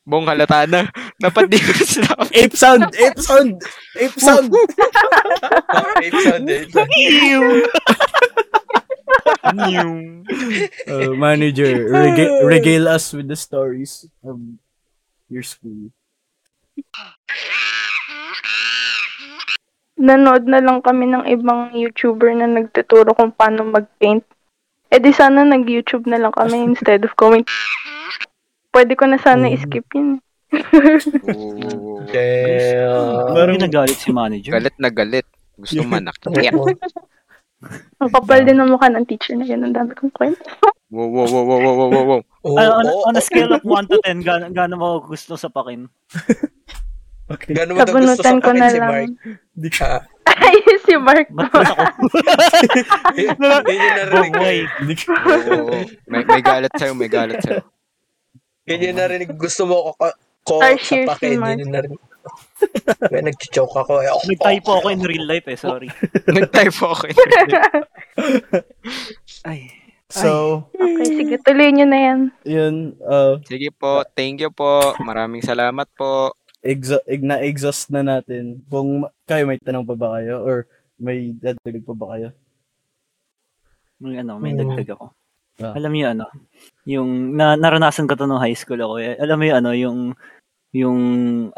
Speaker 4: Bong halata na. Dapat di ko sinabi.
Speaker 1: Ape sound, ape sound, ape sound.
Speaker 2: Vape sound eh.
Speaker 1: Uh, manager, rega- regale us with the stories of your school.
Speaker 5: nanood na lang kami ng ibang YouTuber na nagtuturo kung paano mag-paint. Eh di sana nag-YouTube na lang kami instead of going. Pwede ko na sana i-skip yun.
Speaker 4: Oo.
Speaker 2: Damn.
Speaker 3: Parang nagalit si manager.
Speaker 4: Galit na galit. Gusto manakit.
Speaker 5: Ang kapal din ng mukha ng teacher na yun. Ang dami kong kwento.
Speaker 4: Wow, wow, wow, wow, wow, wow, wow, wow.
Speaker 5: Uh,
Speaker 2: Oo,
Speaker 3: Ah, on,
Speaker 2: oo,
Speaker 3: on a
Speaker 2: oo.
Speaker 3: scale of 1 to 10, gaano gaano mo gusto sa pakin?
Speaker 1: Okay.
Speaker 2: Ganun mo daw gusto sa
Speaker 5: Kabunutan ko
Speaker 2: akin
Speaker 5: na
Speaker 2: si Mark.
Speaker 5: lang.
Speaker 2: Ah,
Speaker 5: Ay, si Mark.
Speaker 3: Matras ako.
Speaker 2: yun- yun yung narinig ko.
Speaker 3: Boy.
Speaker 4: Oo, oo. May, may galit sa'yo, may galit sa'yo.
Speaker 2: Yun yung narinig. Gusto mo ko, ko
Speaker 5: Or
Speaker 2: sa
Speaker 5: cheers si
Speaker 2: pakin.
Speaker 5: Mark.
Speaker 2: Yun yung narinig. May nag-choke ako. Eh, ako-
Speaker 3: Nag-typo ako in real life eh, sorry.
Speaker 4: Nag-type ako.
Speaker 3: Ay.
Speaker 1: So,
Speaker 5: Okay, sige. Tuloy nyo na yan.
Speaker 1: yun, uh,
Speaker 4: Sige po, thank you po. Maraming salamat po.
Speaker 1: exha- ig- na-exhaust na natin. Kung ma- kayo may tanong pa ba kayo or may dadalig pa ba kayo?
Speaker 3: May ano, may
Speaker 2: Hmm.
Speaker 3: dagdag ako.
Speaker 1: Ah.
Speaker 3: Alam niyo ano, yung na, naranasan ko to nung high school ako. Eh. Alam mo yung ano, yung yung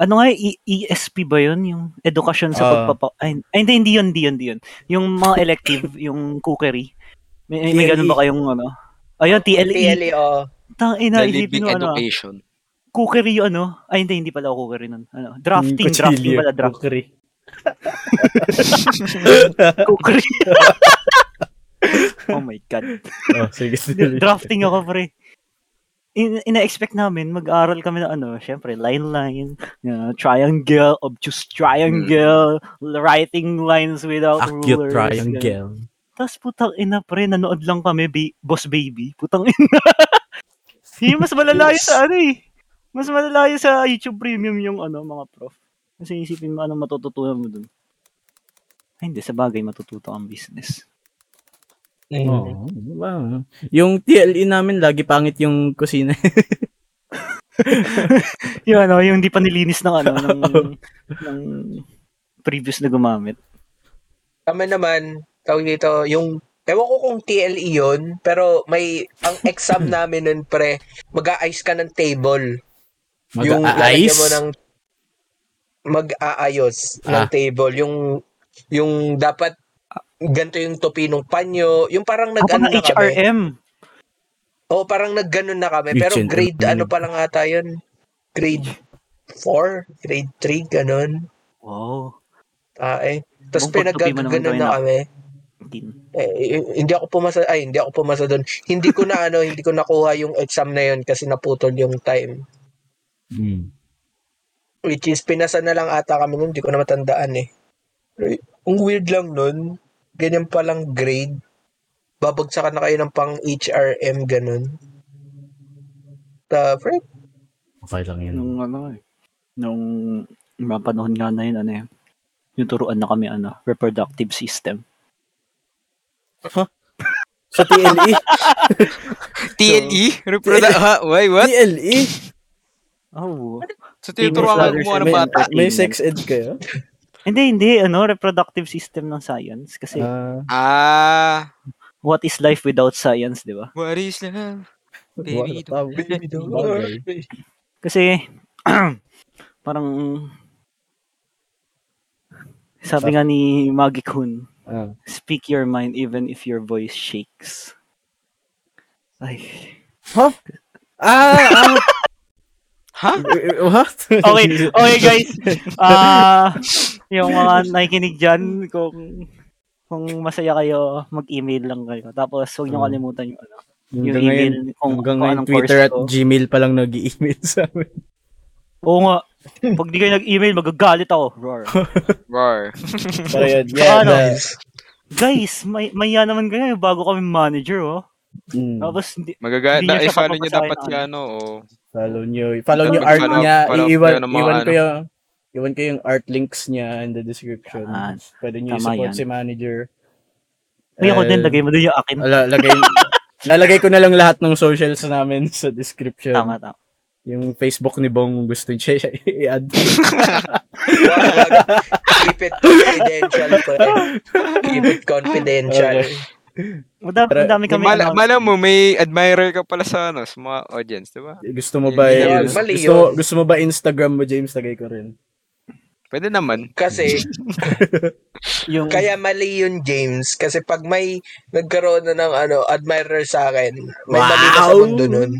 Speaker 3: ano nga E- ESP ba yun yung edukasyon sa
Speaker 1: Ah.
Speaker 3: pagpapa ay, ay, hindi hindi yun hindi yun hindi yun yung mga elective yung cookery may, may, may
Speaker 1: TLE.
Speaker 3: ganun ba kayong ano ayun TLE
Speaker 5: E,
Speaker 2: TLE, oh.
Speaker 3: tang ina
Speaker 1: E,
Speaker 4: The
Speaker 3: isipin
Speaker 4: Living
Speaker 3: mo ano
Speaker 4: Education.
Speaker 3: cookery yung ano ay hindi hindi pala cookery nun ano drafting
Speaker 1: Yung
Speaker 3: drafting
Speaker 1: kutsilyo,
Speaker 3: pala draft
Speaker 1: kukri.
Speaker 3: cookery oh my god
Speaker 1: oh, sige, sige.
Speaker 3: drafting ako, pre. In, ina-expect namin, mag-aral kami ng ano, syempre, line-line, uh, triangle, obtuse triangle, writing lines without rulers. ganun. Tapos putang ina, pre, nanood lang kami, ba- Boss Baby. Putang ina. Yung mas malalayo sa ano eh. Mas malalayo sa YouTube Premium yung ano, mga prof. Kasi isipin mo anong matututunan mo dun. Ay, hindi, sa bagay matututo ang business.
Speaker 2: Mm.
Speaker 1: Oo, Oh, wow. Yung TLE namin, lagi pangit yung kusina.
Speaker 3: yung ano, yung hindi pa nilinis ng ano, ng, ng previous na gumamit.
Speaker 2: Kami naman, tawag dito, yung, ewan ko kung TLE yun, pero may, ang exam namin nun, pre, mag-a-ice ka ng table. yung lalagyan mo ng mag-aayos
Speaker 1: Ah.
Speaker 2: ng table. Yung, yung dapat, ganito yung tupi ng panyo. Yung parang nag
Speaker 3: Ako ng
Speaker 2: ano na kami.
Speaker 3: HRM.
Speaker 2: Oo, parang nag ganun na kami. Pero
Speaker 1: Kitchen
Speaker 2: grade,
Speaker 1: and-
Speaker 2: ano pa lang ata yun? Grade 4? Grade 3? Ganun.
Speaker 3: Wow.
Speaker 2: Ah, eh. Tapos
Speaker 3: Bungkot tupi mo naman eh,
Speaker 2: pinag-ganun
Speaker 3: gawin
Speaker 2: na
Speaker 3: na-
Speaker 2: kami.
Speaker 3: Tin.
Speaker 2: Eh, eh, hindi ako pumasa ay hindi ako pumasa doon. Hindi ko na ano, hindi ko nakuha yung exam na yun kasi naputol yung time.
Speaker 1: Mm,
Speaker 2: Which is pinasa na lang ata kami nun, hindi ko na matandaan eh. Pero, ang weird lang nun, ganyan pa lang grade, babagsakan na kayo ng pang HRM ganun. The friend,
Speaker 1: Okay lang yun.
Speaker 3: Nung ano eh. Nung mga panahon nga na yun, ano eh. Yung turuan na kami, ano, reproductive system.
Speaker 1: Sa E? TLE?
Speaker 4: TLE? Reproduct? Ano Ha? Why,
Speaker 3: E
Speaker 4: what?
Speaker 1: TLE?
Speaker 3: Oh.
Speaker 4: So, tinuturuan ka gumawa
Speaker 1: E?
Speaker 4: ng
Speaker 1: May,
Speaker 4: bata.
Speaker 1: may sex ed kayo?
Speaker 3: Hindi, hindi, ano, reproductive system ng science. Kasi,
Speaker 1: Ah,
Speaker 4: Ah,
Speaker 3: what is life without science, di ba?
Speaker 4: what is love?
Speaker 1: wala
Speaker 4: Baby,
Speaker 1: tao.
Speaker 2: baby doll.
Speaker 1: Bagay.
Speaker 3: Kasi, parang, sabi nga ni Maggie Kun,
Speaker 1: Ah.
Speaker 3: Speak your mind even if your voice shakes. Ay.
Speaker 1: Ah, ah,
Speaker 4: Ha?
Speaker 1: what?
Speaker 3: Okay, okay guys. Ah, yung mga nakikinig diyan kung kung masaya kayo, mag-email lang kayo. Tapos huwag niyo
Speaker 1: Mm.
Speaker 3: kalimutan yung ano, yung
Speaker 1: Hanggang
Speaker 3: email
Speaker 1: ngayon,
Speaker 3: kung,
Speaker 1: hanggang
Speaker 3: kung
Speaker 1: ngayon
Speaker 3: anong
Speaker 1: Twitter
Speaker 3: course
Speaker 1: at
Speaker 3: ko.
Speaker 1: Gmail pa lang nag-i-email sa amin.
Speaker 3: Oo nga. Pag di kayo nag-email, magagalit ako. Roar.
Speaker 4: Roar.
Speaker 1: So, yun.
Speaker 3: Saka
Speaker 1: Yeah,
Speaker 3: ano?
Speaker 1: the-
Speaker 3: guys, may maya naman kayo bago kami manager, oh.
Speaker 1: Mm.
Speaker 3: Tapos, hindi, Hindi
Speaker 4: Magaganda.
Speaker 3: niya
Speaker 4: Eh,
Speaker 3: siya
Speaker 4: follow niyo
Speaker 3: papapasahin
Speaker 4: dapat
Speaker 3: on.
Speaker 4: yan, ano. Oh.
Speaker 1: Follow nyo. Follow
Speaker 4: Dapat
Speaker 1: nyo art
Speaker 4: follow-
Speaker 1: niya.
Speaker 4: follow
Speaker 1: Iiwan,
Speaker 4: kayo ng mga
Speaker 1: iwan ko
Speaker 4: ano.
Speaker 1: yung iwan ko yung art links niya in the description.
Speaker 3: Yan.
Speaker 1: Pwede nyo
Speaker 3: Ah, Tama
Speaker 1: support
Speaker 3: yan.
Speaker 1: si manager.
Speaker 3: may ako
Speaker 1: Eh,
Speaker 3: din, lagay mo din yung akin.
Speaker 1: Ala, lagay, lalagay ko na lang lahat ng socials namin sa description.
Speaker 3: Tama, tama.
Speaker 1: Yung Facebook ni Bong kung gusto niya siya i-add.
Speaker 2: Wag. Keep it confidential pa rin. Keep it confidential.
Speaker 1: Okay.
Speaker 3: Madami,
Speaker 1: Pero-
Speaker 3: madami kami.
Speaker 4: Mala,
Speaker 3: announcement.
Speaker 4: mala mo, may admirer ka pala sa, ano, sa mga audience, di ba?
Speaker 1: Gusto mo ba,
Speaker 4: Yeah,
Speaker 1: gusto,
Speaker 2: mali
Speaker 1: gusto, mo-
Speaker 2: yun.
Speaker 1: gusto mo ba Instagram mo, James? Lagay ko rin.
Speaker 4: Pwede naman.
Speaker 2: Kasi,
Speaker 3: Yung,
Speaker 2: kaya mali yun, James. Kasi pag may nagkaroon na ng ano, admirer sa akin, may mali na sa
Speaker 1: Wow!
Speaker 2: mundo nun.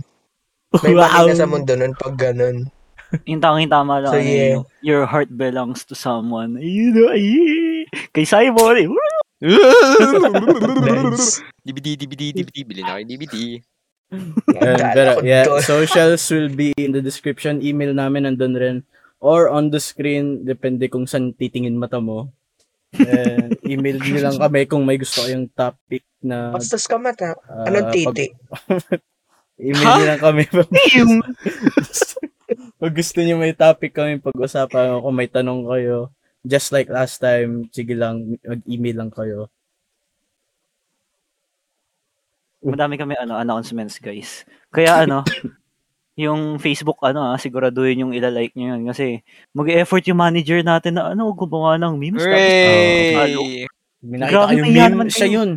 Speaker 2: May mali na sa mundo nun pag ganun.
Speaker 3: yung tanging tama lang. ano,
Speaker 2: So, yeah.
Speaker 3: yung, your heart belongs to someone. Ayun, know, ay. Kay Simon, eh. woo!
Speaker 4: DVD, DVD, DVD. Bili na kayo DVD.
Speaker 1: Ayun,
Speaker 2: Kala
Speaker 1: pero, Ah.
Speaker 2: ko
Speaker 1: yeah,
Speaker 2: doon.
Speaker 1: socials will be in the description. Email namin nandun rin. Or on the screen, depende kung saan titingin mata mo. And email nyo lang kami kung may gusto kayong topic na
Speaker 2: Bastos ka mata.
Speaker 1: ah,
Speaker 2: Anong
Speaker 1: pag-
Speaker 2: titi?
Speaker 1: email nyo lang kami pag, pag gusto nyo may topic kami pag-usapan o kung may tanong kayo. Just like last time, sige lang, mag-email lang kayo.
Speaker 3: Madami kami ano announcements, guys. Kaya ano, yung Facebook ano, ah, siguraduhin yung ilalike nyo yun kasi mag-effort yung manager natin na ano, gumawa ng memes tapos
Speaker 4: Hooray!
Speaker 1: May nakita
Speaker 3: Grabe,
Speaker 1: kayong
Speaker 3: mayaman
Speaker 1: meme,
Speaker 3: kayo.
Speaker 1: siya yun.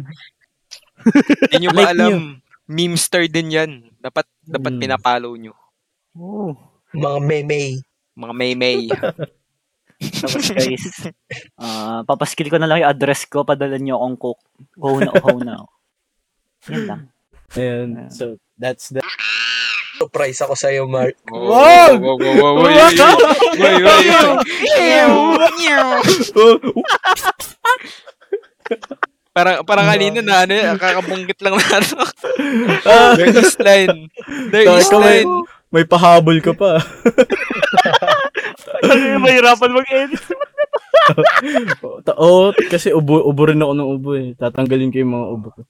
Speaker 4: Hindi nyo ba
Speaker 1: Like
Speaker 4: alam, memester din yan. Dapat, dapat
Speaker 1: Mm.
Speaker 4: pinapalo nyo.
Speaker 3: oh,
Speaker 2: Mga meme.
Speaker 4: Mga may-may.
Speaker 3: tapos guys, ah, papaskil ko na lang yung address ko, padala nyo akong cook. Go na, go na. Yan lang.
Speaker 1: Ayan, so that's the...
Speaker 2: Surprise ako sa'yo, Mark.
Speaker 4: Oh,
Speaker 1: Wag!
Speaker 4: Wow! Wow! Wow! Wow! Wow! Parang, parang kanina na ano yun, kakabungkit lang na ano.
Speaker 2: Ah!
Speaker 4: There is line. There
Speaker 1: Sorry,
Speaker 4: is
Speaker 1: kung may,
Speaker 4: line.
Speaker 1: Ah! may pahabol ka pa.
Speaker 3: Mahirapan mag-edit.
Speaker 1: Oo, ta- Oo, kasi ubo, ubo rin ako ng ubo eh. Tatanggalin ko yung mga ubo ko.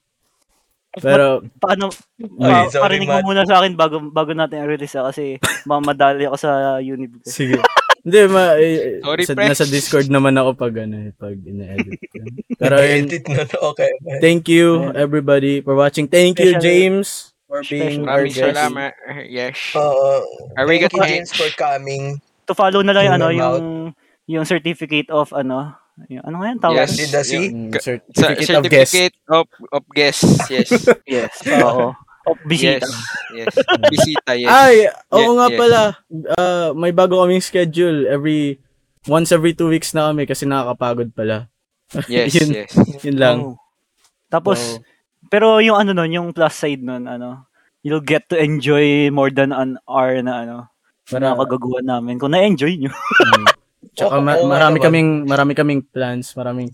Speaker 1: Pero,
Speaker 3: Paano,
Speaker 2: Ay,
Speaker 3: pa,
Speaker 2: sorry,
Speaker 3: parinig mo
Speaker 2: Matt.
Speaker 3: muna sa akin bago, bago natin i-release ah, kasi mamadali ako sa unib. ko.
Speaker 1: sige. Hindi, ma, eh, eh,
Speaker 4: Sorry,
Speaker 1: sa,
Speaker 4: pre.
Speaker 1: nasa Discord naman ako pag, ano, eh, pag ina-edit ko. Pero yun,
Speaker 2: Edit na, okay.
Speaker 1: thank you everybody for watching. Thank you,
Speaker 3: Special-
Speaker 1: James, for being our
Speaker 4: Maraming
Speaker 1: guest.
Speaker 4: salamat. Yes.
Speaker 2: Oo.
Speaker 4: Arigato.
Speaker 2: Uh, Thank you, James, for coming.
Speaker 3: to follow na lang yung, ano,
Speaker 2: Yung
Speaker 3: yung, yung certificate of ano, yung, ano nga yung tawag?
Speaker 4: Yes.
Speaker 2: Candidacy.
Speaker 1: Mm,
Speaker 4: Ka- Sa-
Speaker 1: certificate, of guest.
Speaker 4: Certificate of, of guest. Yes.
Speaker 3: Yes. Oo. Of bisita.
Speaker 4: Yes. yes. Bisita, yes.
Speaker 1: Ay, oo
Speaker 4: Yes,
Speaker 1: nga
Speaker 4: yes.
Speaker 1: pala. Ah, may bago kaming schedule every once every two weeks na kami kasi nakakapagod pala.
Speaker 4: Yes,
Speaker 1: yun,
Speaker 4: yes.
Speaker 1: Yun lang.
Speaker 3: Oo. Tapos,
Speaker 1: So,
Speaker 3: pero yung ano nun, yung plus side nun, ano, you'll get to enjoy more than an hour na ano,
Speaker 1: para,
Speaker 3: na kagaguhan namin. Kung na-enjoy nyo.
Speaker 1: Mm. Tsaka
Speaker 2: Oo,
Speaker 1: ma-
Speaker 2: oo nga
Speaker 1: marami
Speaker 2: naman.
Speaker 1: kaming marami kaming plans, maraming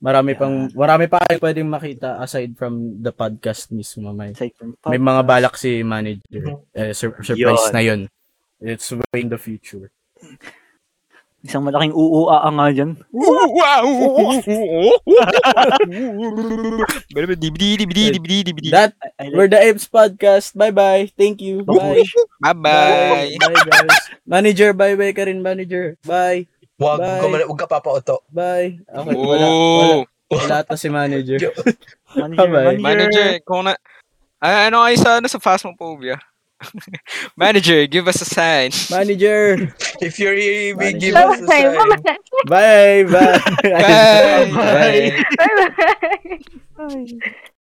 Speaker 1: marami
Speaker 3: Yeah.
Speaker 1: pang marami pa kayo pwedeng makita aside from the podcast mismo may.
Speaker 3: Aside from
Speaker 1: May mga balak si manager. Eh, sur- surprise
Speaker 3: Yun.
Speaker 1: na 'yon. It's way in the future.
Speaker 3: Isang malaking uuaa nga dyan.
Speaker 1: That
Speaker 3: I- I like- Oh,
Speaker 1: we're the Apes podcast. Bye-bye. Thank you. Bye.
Speaker 4: Bye-bye.
Speaker 1: Bye guys. Manager, bye-bye ka rin manager. Bye.
Speaker 2: Wag,
Speaker 1: Bye.
Speaker 2: ka, wag ka papauto.
Speaker 1: Bye. Okay, wala. Wala,
Speaker 4: Oh,
Speaker 1: wala ata si manager.
Speaker 3: manager,
Speaker 1: Bye-bye.
Speaker 3: manager.
Speaker 4: manager, kung na... Ay, ano kayo sa, ano, sa Phasmophobia? manager, give us a sign.
Speaker 1: Manager.
Speaker 2: If you're here, we
Speaker 1: Manager.
Speaker 2: give us a sign.
Speaker 5: Bye-bye.
Speaker 1: Bye. Bye.
Speaker 4: Bye!
Speaker 1: Bye.
Speaker 5: Bye-bye.